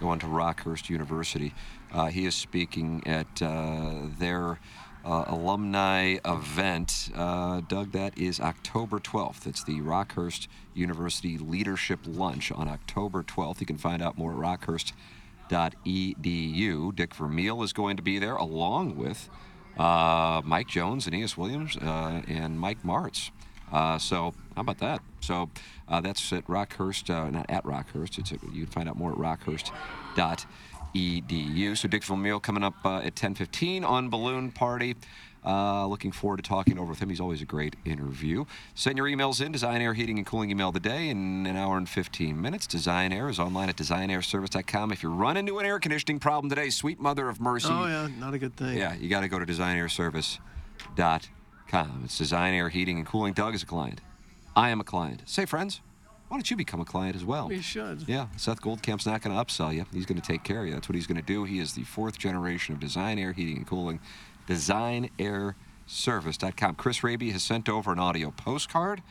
going to Rockhurst University. Uh, he is speaking at uh, their uh, alumni event. Uh, Doug, that is October 12th. It's the Rockhurst University Leadership Lunch on October 12th. You can find out more at rockhurst.edu. Dick Vermeil is going to be there along with uh, Mike Jones, Aeneas Williams, uh, and Mike Martz. Uh, so how about that? So uh, that's at Rockhurst, uh, not at Rockhurst. It's at, you can find out more at rockhurst.edu. So Dick Vermeil coming up uh, at 10:15 on Balloon Party. Uh, looking forward to talking over with him. He's always a great interview. Send your emails in, Design Air Heating and Cooling Email of the Day in an hour and 15 minutes. Design Air is online at designairservice.com. If you run into an air conditioning problem today, sweet mother of mercy.
Oh yeah, not a good thing.
Yeah, you got to go to designairservice.com. It's Design Air Heating and Cooling. Doug is a client. I am a client. Say, friends, why don't you become a client as well?
We should.
Yeah, Seth Goldcamp's not going to upsell you. He's going to take care of you. That's what he's going to do. He is the fourth generation of Design Air Heating and Cooling. DesignAirService.com. Chris Raby has sent over an audio postcard.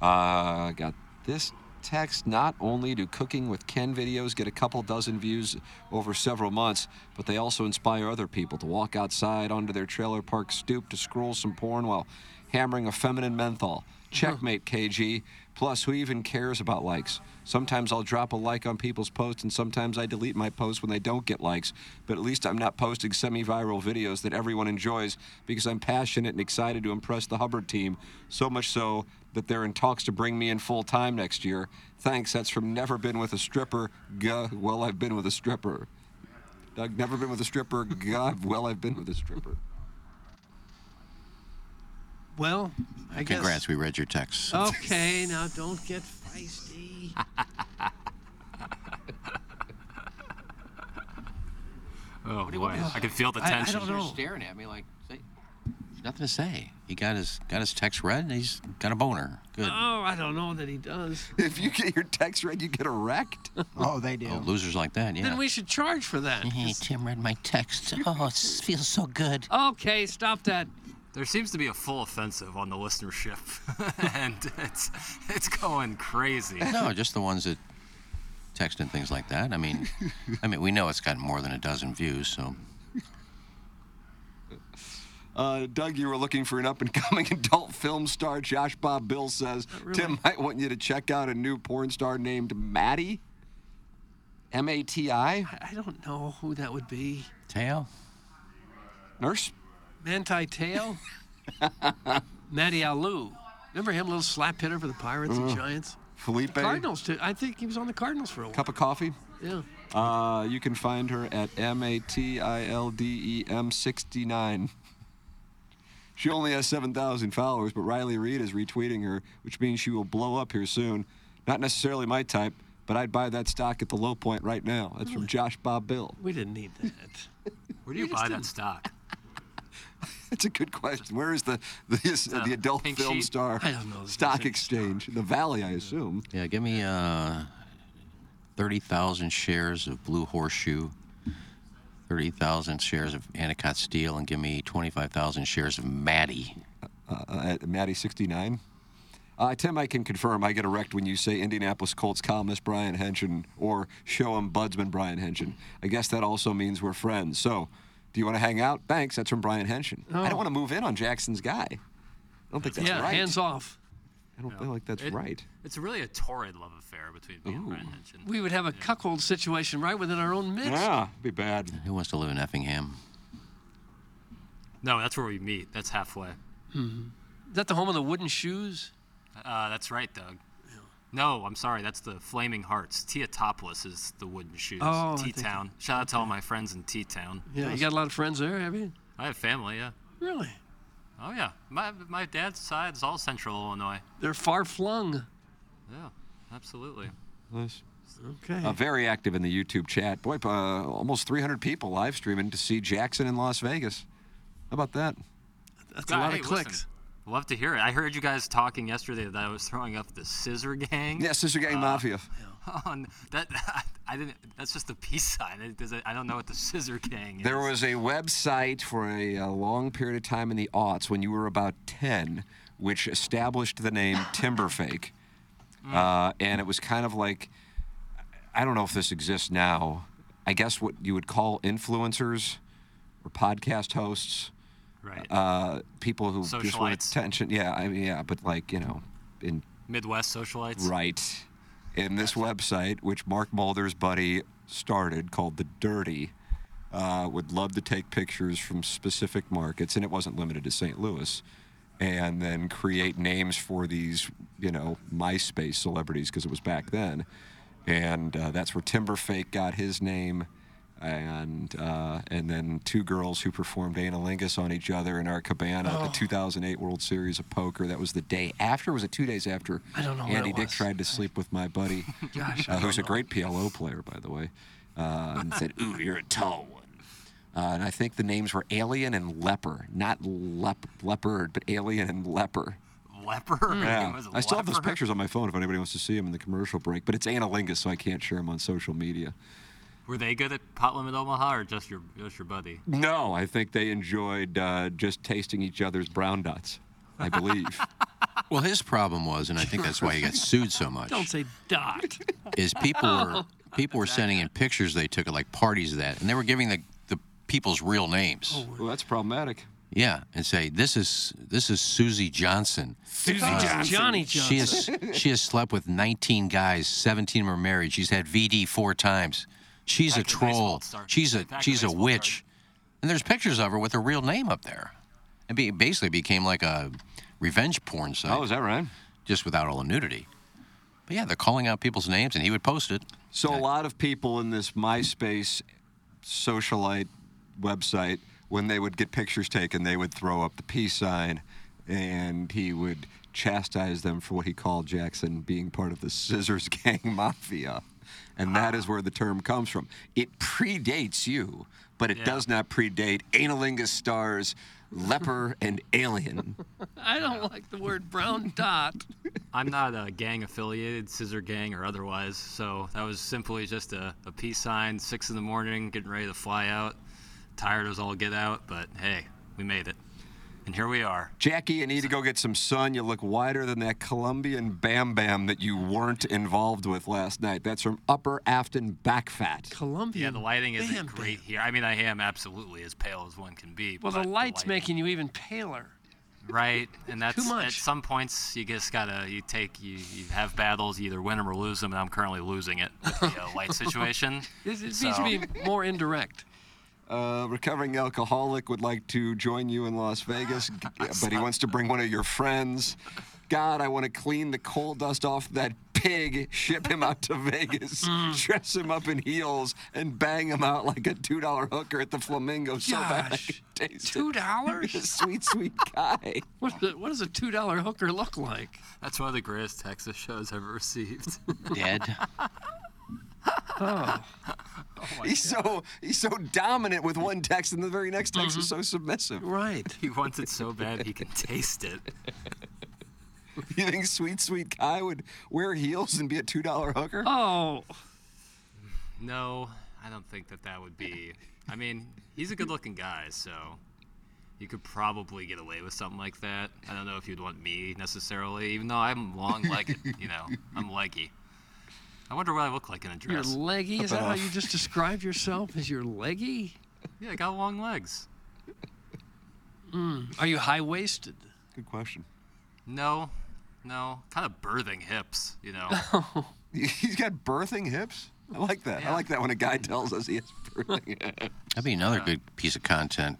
Uh, got this text. Not only do Cooking with Ken videos get a couple dozen views over several months, but they also inspire other people to walk outside onto their trailer park stoop to scroll some porn while hammering a feminine menthol. Checkmate, KG. Plus, who even cares about likes? Sometimes I'll drop a like on people's posts, and sometimes I delete my posts when they don't get likes. But at least I'm not posting semi viral videos that everyone enjoys because I'm passionate and excited to impress the Hubbard team, so much so that they're in talks to bring me in full time next year. Thanks, that's from Never Been With a Stripper. Guh, well, I've been with a stripper. Doug, never been with a stripper. Guh, well, I've been with a stripper.
Well, I guess.
Congrats, we read your text.
Oh.
Okay, now don't get feisty.
Oh boy, I can feel the tension.
They're staring at me like they, there's nothing to say. He got his got his text read, and he's got a boner. Good.
Oh, I don't know that he does.
If you get your text read, you get erect.
Oh, they do.
Oh, losers like that, yeah.
Then we should charge for that.
Hey, Tim read my text. Oh, it feels so good.
Okay, stop that.
There seems to be a full offensive on the listenership, and it's it's going crazy.
No, just the ones that text and things like that. I mean, I mean, we know it's gotten more than a dozen views, so
Uh, Doug, you were looking for an up and coming adult film star. Josh Bob Bill says Tim might want you to check out a new porn star named Maddie. M A T I?
I don't know who that would be.
tail.
Nurse?
Manti Tail? Matty Alou. Remember him, little slap hitter for the Pirates
Mm.
and Giants?
Felipe?
Cardinals, too. I think he was on the Cardinals for a while.
Cup of coffee?
Yeah.
Uh, you can find her at M A T I L D E M 69. She only has 7,000 followers, but Riley Reed is retweeting her, which means she will blow up here soon. Not necessarily my type, but I'd buy that stock at the low point right now. That's from Josh Bob Bill.
We didn't need that.
Where do you
We
buy
just
that stock?
That's a good question. Where is the the,
uh,
the adult
pink
film
sheet.
star
I don't know.
stock exchange? The Valley, I assume.
Yeah, give me uh, 30,000 shares of Blue Horseshoe, 30,000 shares of Anacott Steel, and give me 25,000 shares of Maddie.
uh, at Maddie 69. Uh, Tim, I can confirm I get erect when you say Indianapolis Colts columnist Brian Henson or show him budsman Brian Henson. I guess that also means we're friends. So, do you want to hang out? Thanks. That's from Brian Henson. I don't want to move in on Jackson's guy. I don't think that's
Oh. yeah,
right.
hands off.
I don't feel like that's
It-
right.
It's really a torrid love affair between me and Brian Hitchin.
We would have a cuckold situation right within our own midst.
be bad.
Who wants to live in Effingham?
No, that's where we meet. That's halfway.
Is that the home of the wooden shoes?
Uh, that's right, Doug. No, I'm sorry. That's the Flaming Hearts. Tia Topless is the Wooden Shoes.
Oh, I
T
think-
Town. Shout out to all my friends in T Town.
Yeah, you got a lot of friends there, have you?
I have family. Yeah.
Really?
Oh yeah. My my dad's side is all Central Illinois.
They're far flung.
Yeah, absolutely.
Nice.
Okay.
Uh, very active in the YouTube chat. Boy, uh, almost 300 people live streaming to see Jackson in Las Vegas. How about that?
That's
God, hey, listen, love to hear it. I heard you guys talking yesterday that I was throwing up the Scissor Gang.
Yeah, Sister
Uh,
Gang Mafia.
On that, I didn't. That's just a peace sign. It doesn't- I don't know what the Scissor Gang is.
There was a website for a, uh long period of time in the aughts when you were about 10, which established the name Timberfake.
Hmm.
uh, and it was kind of like I don't know if this exists now. I guess what you would call influencers or podcast hosts,
Right.
uh, people who just want
Socialites.
attention. Yeah, I mean, yeah, but like you know, in
Midwest socialites.
Right. And this website, which Mark Mulder's buddy started called The Dirty, uh, would love to take pictures from specific markets, and it wasn't limited to St. Louis, and then create names for these, you know, MySpace celebrities, because it was back then. And uh, that's where Timberfake got his name. And uh, and then two girls who performed analingus on each other in our cabana at the 2008 World Series of Poker. That was the day after. Was it two days after?
I don't know when
Andy
it
Dick
was.
tried to sleep with my buddy,
Gosh, I
uh, who's a
don't
great PLO player, by the way, uh, and said, "Ooh, you're a tall one." Uh, and I think the names were Alien and Leper, not lep- Leopard, but Alien and Leper.
Leper. It
Hmm.
Yeah.
was
I still have those
leper.
pictures on my phone if anybody wants to see them in the commercial break. But it's analingus, so I can't share them on social media.
Were they good at Pot Limit Omaha or just your just your buddy?
No, I think they enjoyed uh, just tasting each other's brown dots. I believe.
Well, his problem was, and I think that's why he got sued so much,
Don't say dot.
is people were people were sending in pictures they took at like parties of that, and they were giving the the people's real names.
well, that's problematic.
Yeah, and say this is this is Susie Johnson. Uh,
Susie Johnson. Johnny
She has
Johnson.
she has slept with 19 guys, 17 of them are married. She's had VD four times. She's a troll. She's a she's a witch. And there's pictures of her with her real name up there. And be, basically became like a revenge porn site. Oh,
is that right?
Just without all the nudity. But yeah, they're calling out people's names, and he would post it.
So a lot of people in this MySpace socialite website, when they would get pictures taken, they would throw up the peace sign, and he would chastise them for what he called Jackson being part of the Scissors Gang Mafia. And that is where the term comes from. It predates you, but it
Yeah.
does not predate analingus stars, leper, and alien.
I don't like the word brown dot.
I'm not a gang affiliated, scissor gang or otherwise, so that was simply just a, a peace sign, six in the morning, getting ready to fly out. Tired as all get out, but hey, we made it. And here we are.
Jackie, you need to go get some sun. You look wider than that Colombian Bam Bam that you weren't involved with last night. That's from Upper Afton Backfat.
Columbia.
Yeah, the lighting isn't
Bam,
great here. I mean, I am absolutely as pale as one can be.
Well,
but
the light's making you even paler.
right, and that's at
much.
some points you just gotta you take you, you have battles, you either win them or lose them, and I'm currently losing it with the uh, light situation.
This it needs
So-
to be more indirect.
Uh, recovering alcoholic would like to join you in Las Vegas, g- but he wants to bring one of your friends. God, I want to clean the coal dust off that pig, ship him out to Vegas, dress him up in heels, and bang him out like a $2 hooker at the Flamingo so bad I could taste it.
$2?
sweet, sweet guy.
What, the, what does a two dollar hooker look like?
That's one of the greatest Texas shows I've ever received.
Dead.
Oh,
he's so he's so dominant with one text, and the very next text is so submissive.
right.
Mm-hmm. He wants it so bad he can taste it.
You think sweet sweet Kai would wear heels and be a two dollar hooker?
Oh,
No, I don't think that that would be. I mean, he's a good-looking guy, so you could probably get away with something like that. I don't know if you'd want me necessarily, even though I'm long-legged. you know, I'm leggy. I wonder what I look like in a
you're
dress.
leggy. Is that how you just described yourself? As you're leggy?
Yeah, I got long legs.
Are you high waisted?
Good question.
No, no, kind of birthing hips. You know.
He's got birthing hips. I like that. I like that when a guy tells us he has birthing hips.
That'd be another good piece of content.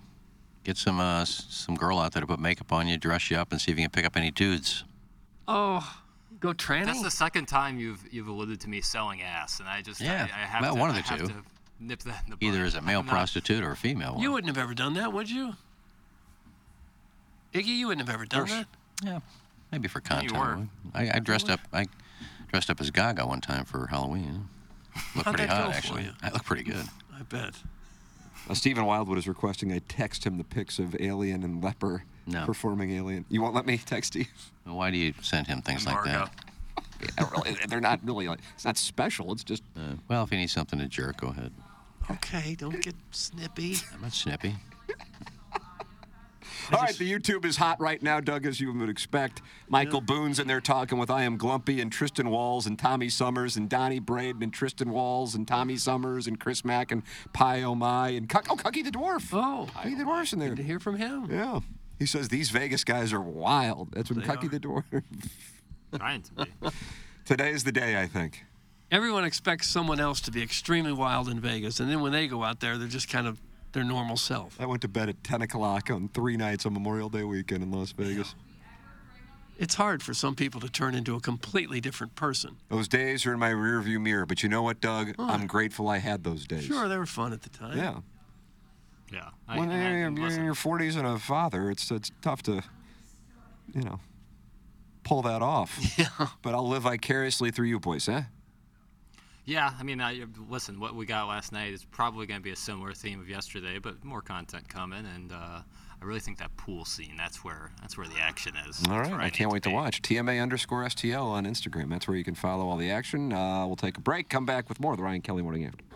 Get some uh, s- some girl out there to put makeup on you, dress you up, and see if you can pick up any dudes.
Oh, go tranny.
That's the second time you've you've alluded to me selling ass, and I just I-
Yeah,
I, have
well,
to,
one of
I
the
have
two.
to nip that in the
Either as a male
I'm not-
prostitute or a female one.
you wouldn't have ever done that, would you? Iggy, you wouldn't have ever done that.
Yeah. Maybe for
Yeah, you
content.
were.
I, I dressed up. I dressed up as Gaga one time for Halloween. Looked
How'd
pretty
that go
hot,
for
actually.
you?
I looked pretty good.
I bet.
Uh, Stephen Wildwood is requesting I text him the pics of Alien and Leper
No.
performing Alien. You won't let me text you?
Why do you send him things like that?
Yeah, really, they're not really like it's not special. It's just
Uh, well, if you need something to jerk, go ahead.
Okay, don't get snippy.
I'm not snippy.
All right, the YouTube is hot right now, Doug, as you would expect. Michael Boone's in there talking with I Am Glumpy and Tristan Walls and Tommy Summers and Donnie Braden and Tristan Walls and Tommy Summers and Chris Mack and Pi Oh My and Cuck- oh, Cucky the Dwarf. Oh, Cucky the Dwarf's in there. Good to
hear from him.
Yeah. He says these Vegas guys are wild. That's when
They
Cucky
are.
the Dwarf.
Trying to be.
Today is the day, I think.
Everyone expects someone else to be extremely wild in Vegas, and then when they go out there, they're just kind of their normal self.
I went to bed at 10 o'clock on three nights on Memorial Day weekend in Las Vegas.
It's hard for some people to turn into a completely different person.
Those days are in my rearview mirror, but you know what, Doug?
What?
I'm grateful I had those days.
Sure, they were fun at the time.
Yeah.
Yeah.
when you're, you're in your 40s and a father, it's it's tough to, you know, pull that off. Yeah. But I'll live vicariously through you boys, eh?
Yeah, I mean, I, listen, what we got last night is probably going to be a similar theme of yesterday, but more content coming, and uh, I really think that pool scene—that's where that's where the action is.
All
That's
right,
where
I
need
can't wait to watch. TMA underscore STL on Instagram. That's where you can follow all the action. Uh, we'll take a break, come back with more of the Ryan Kelly Morning After.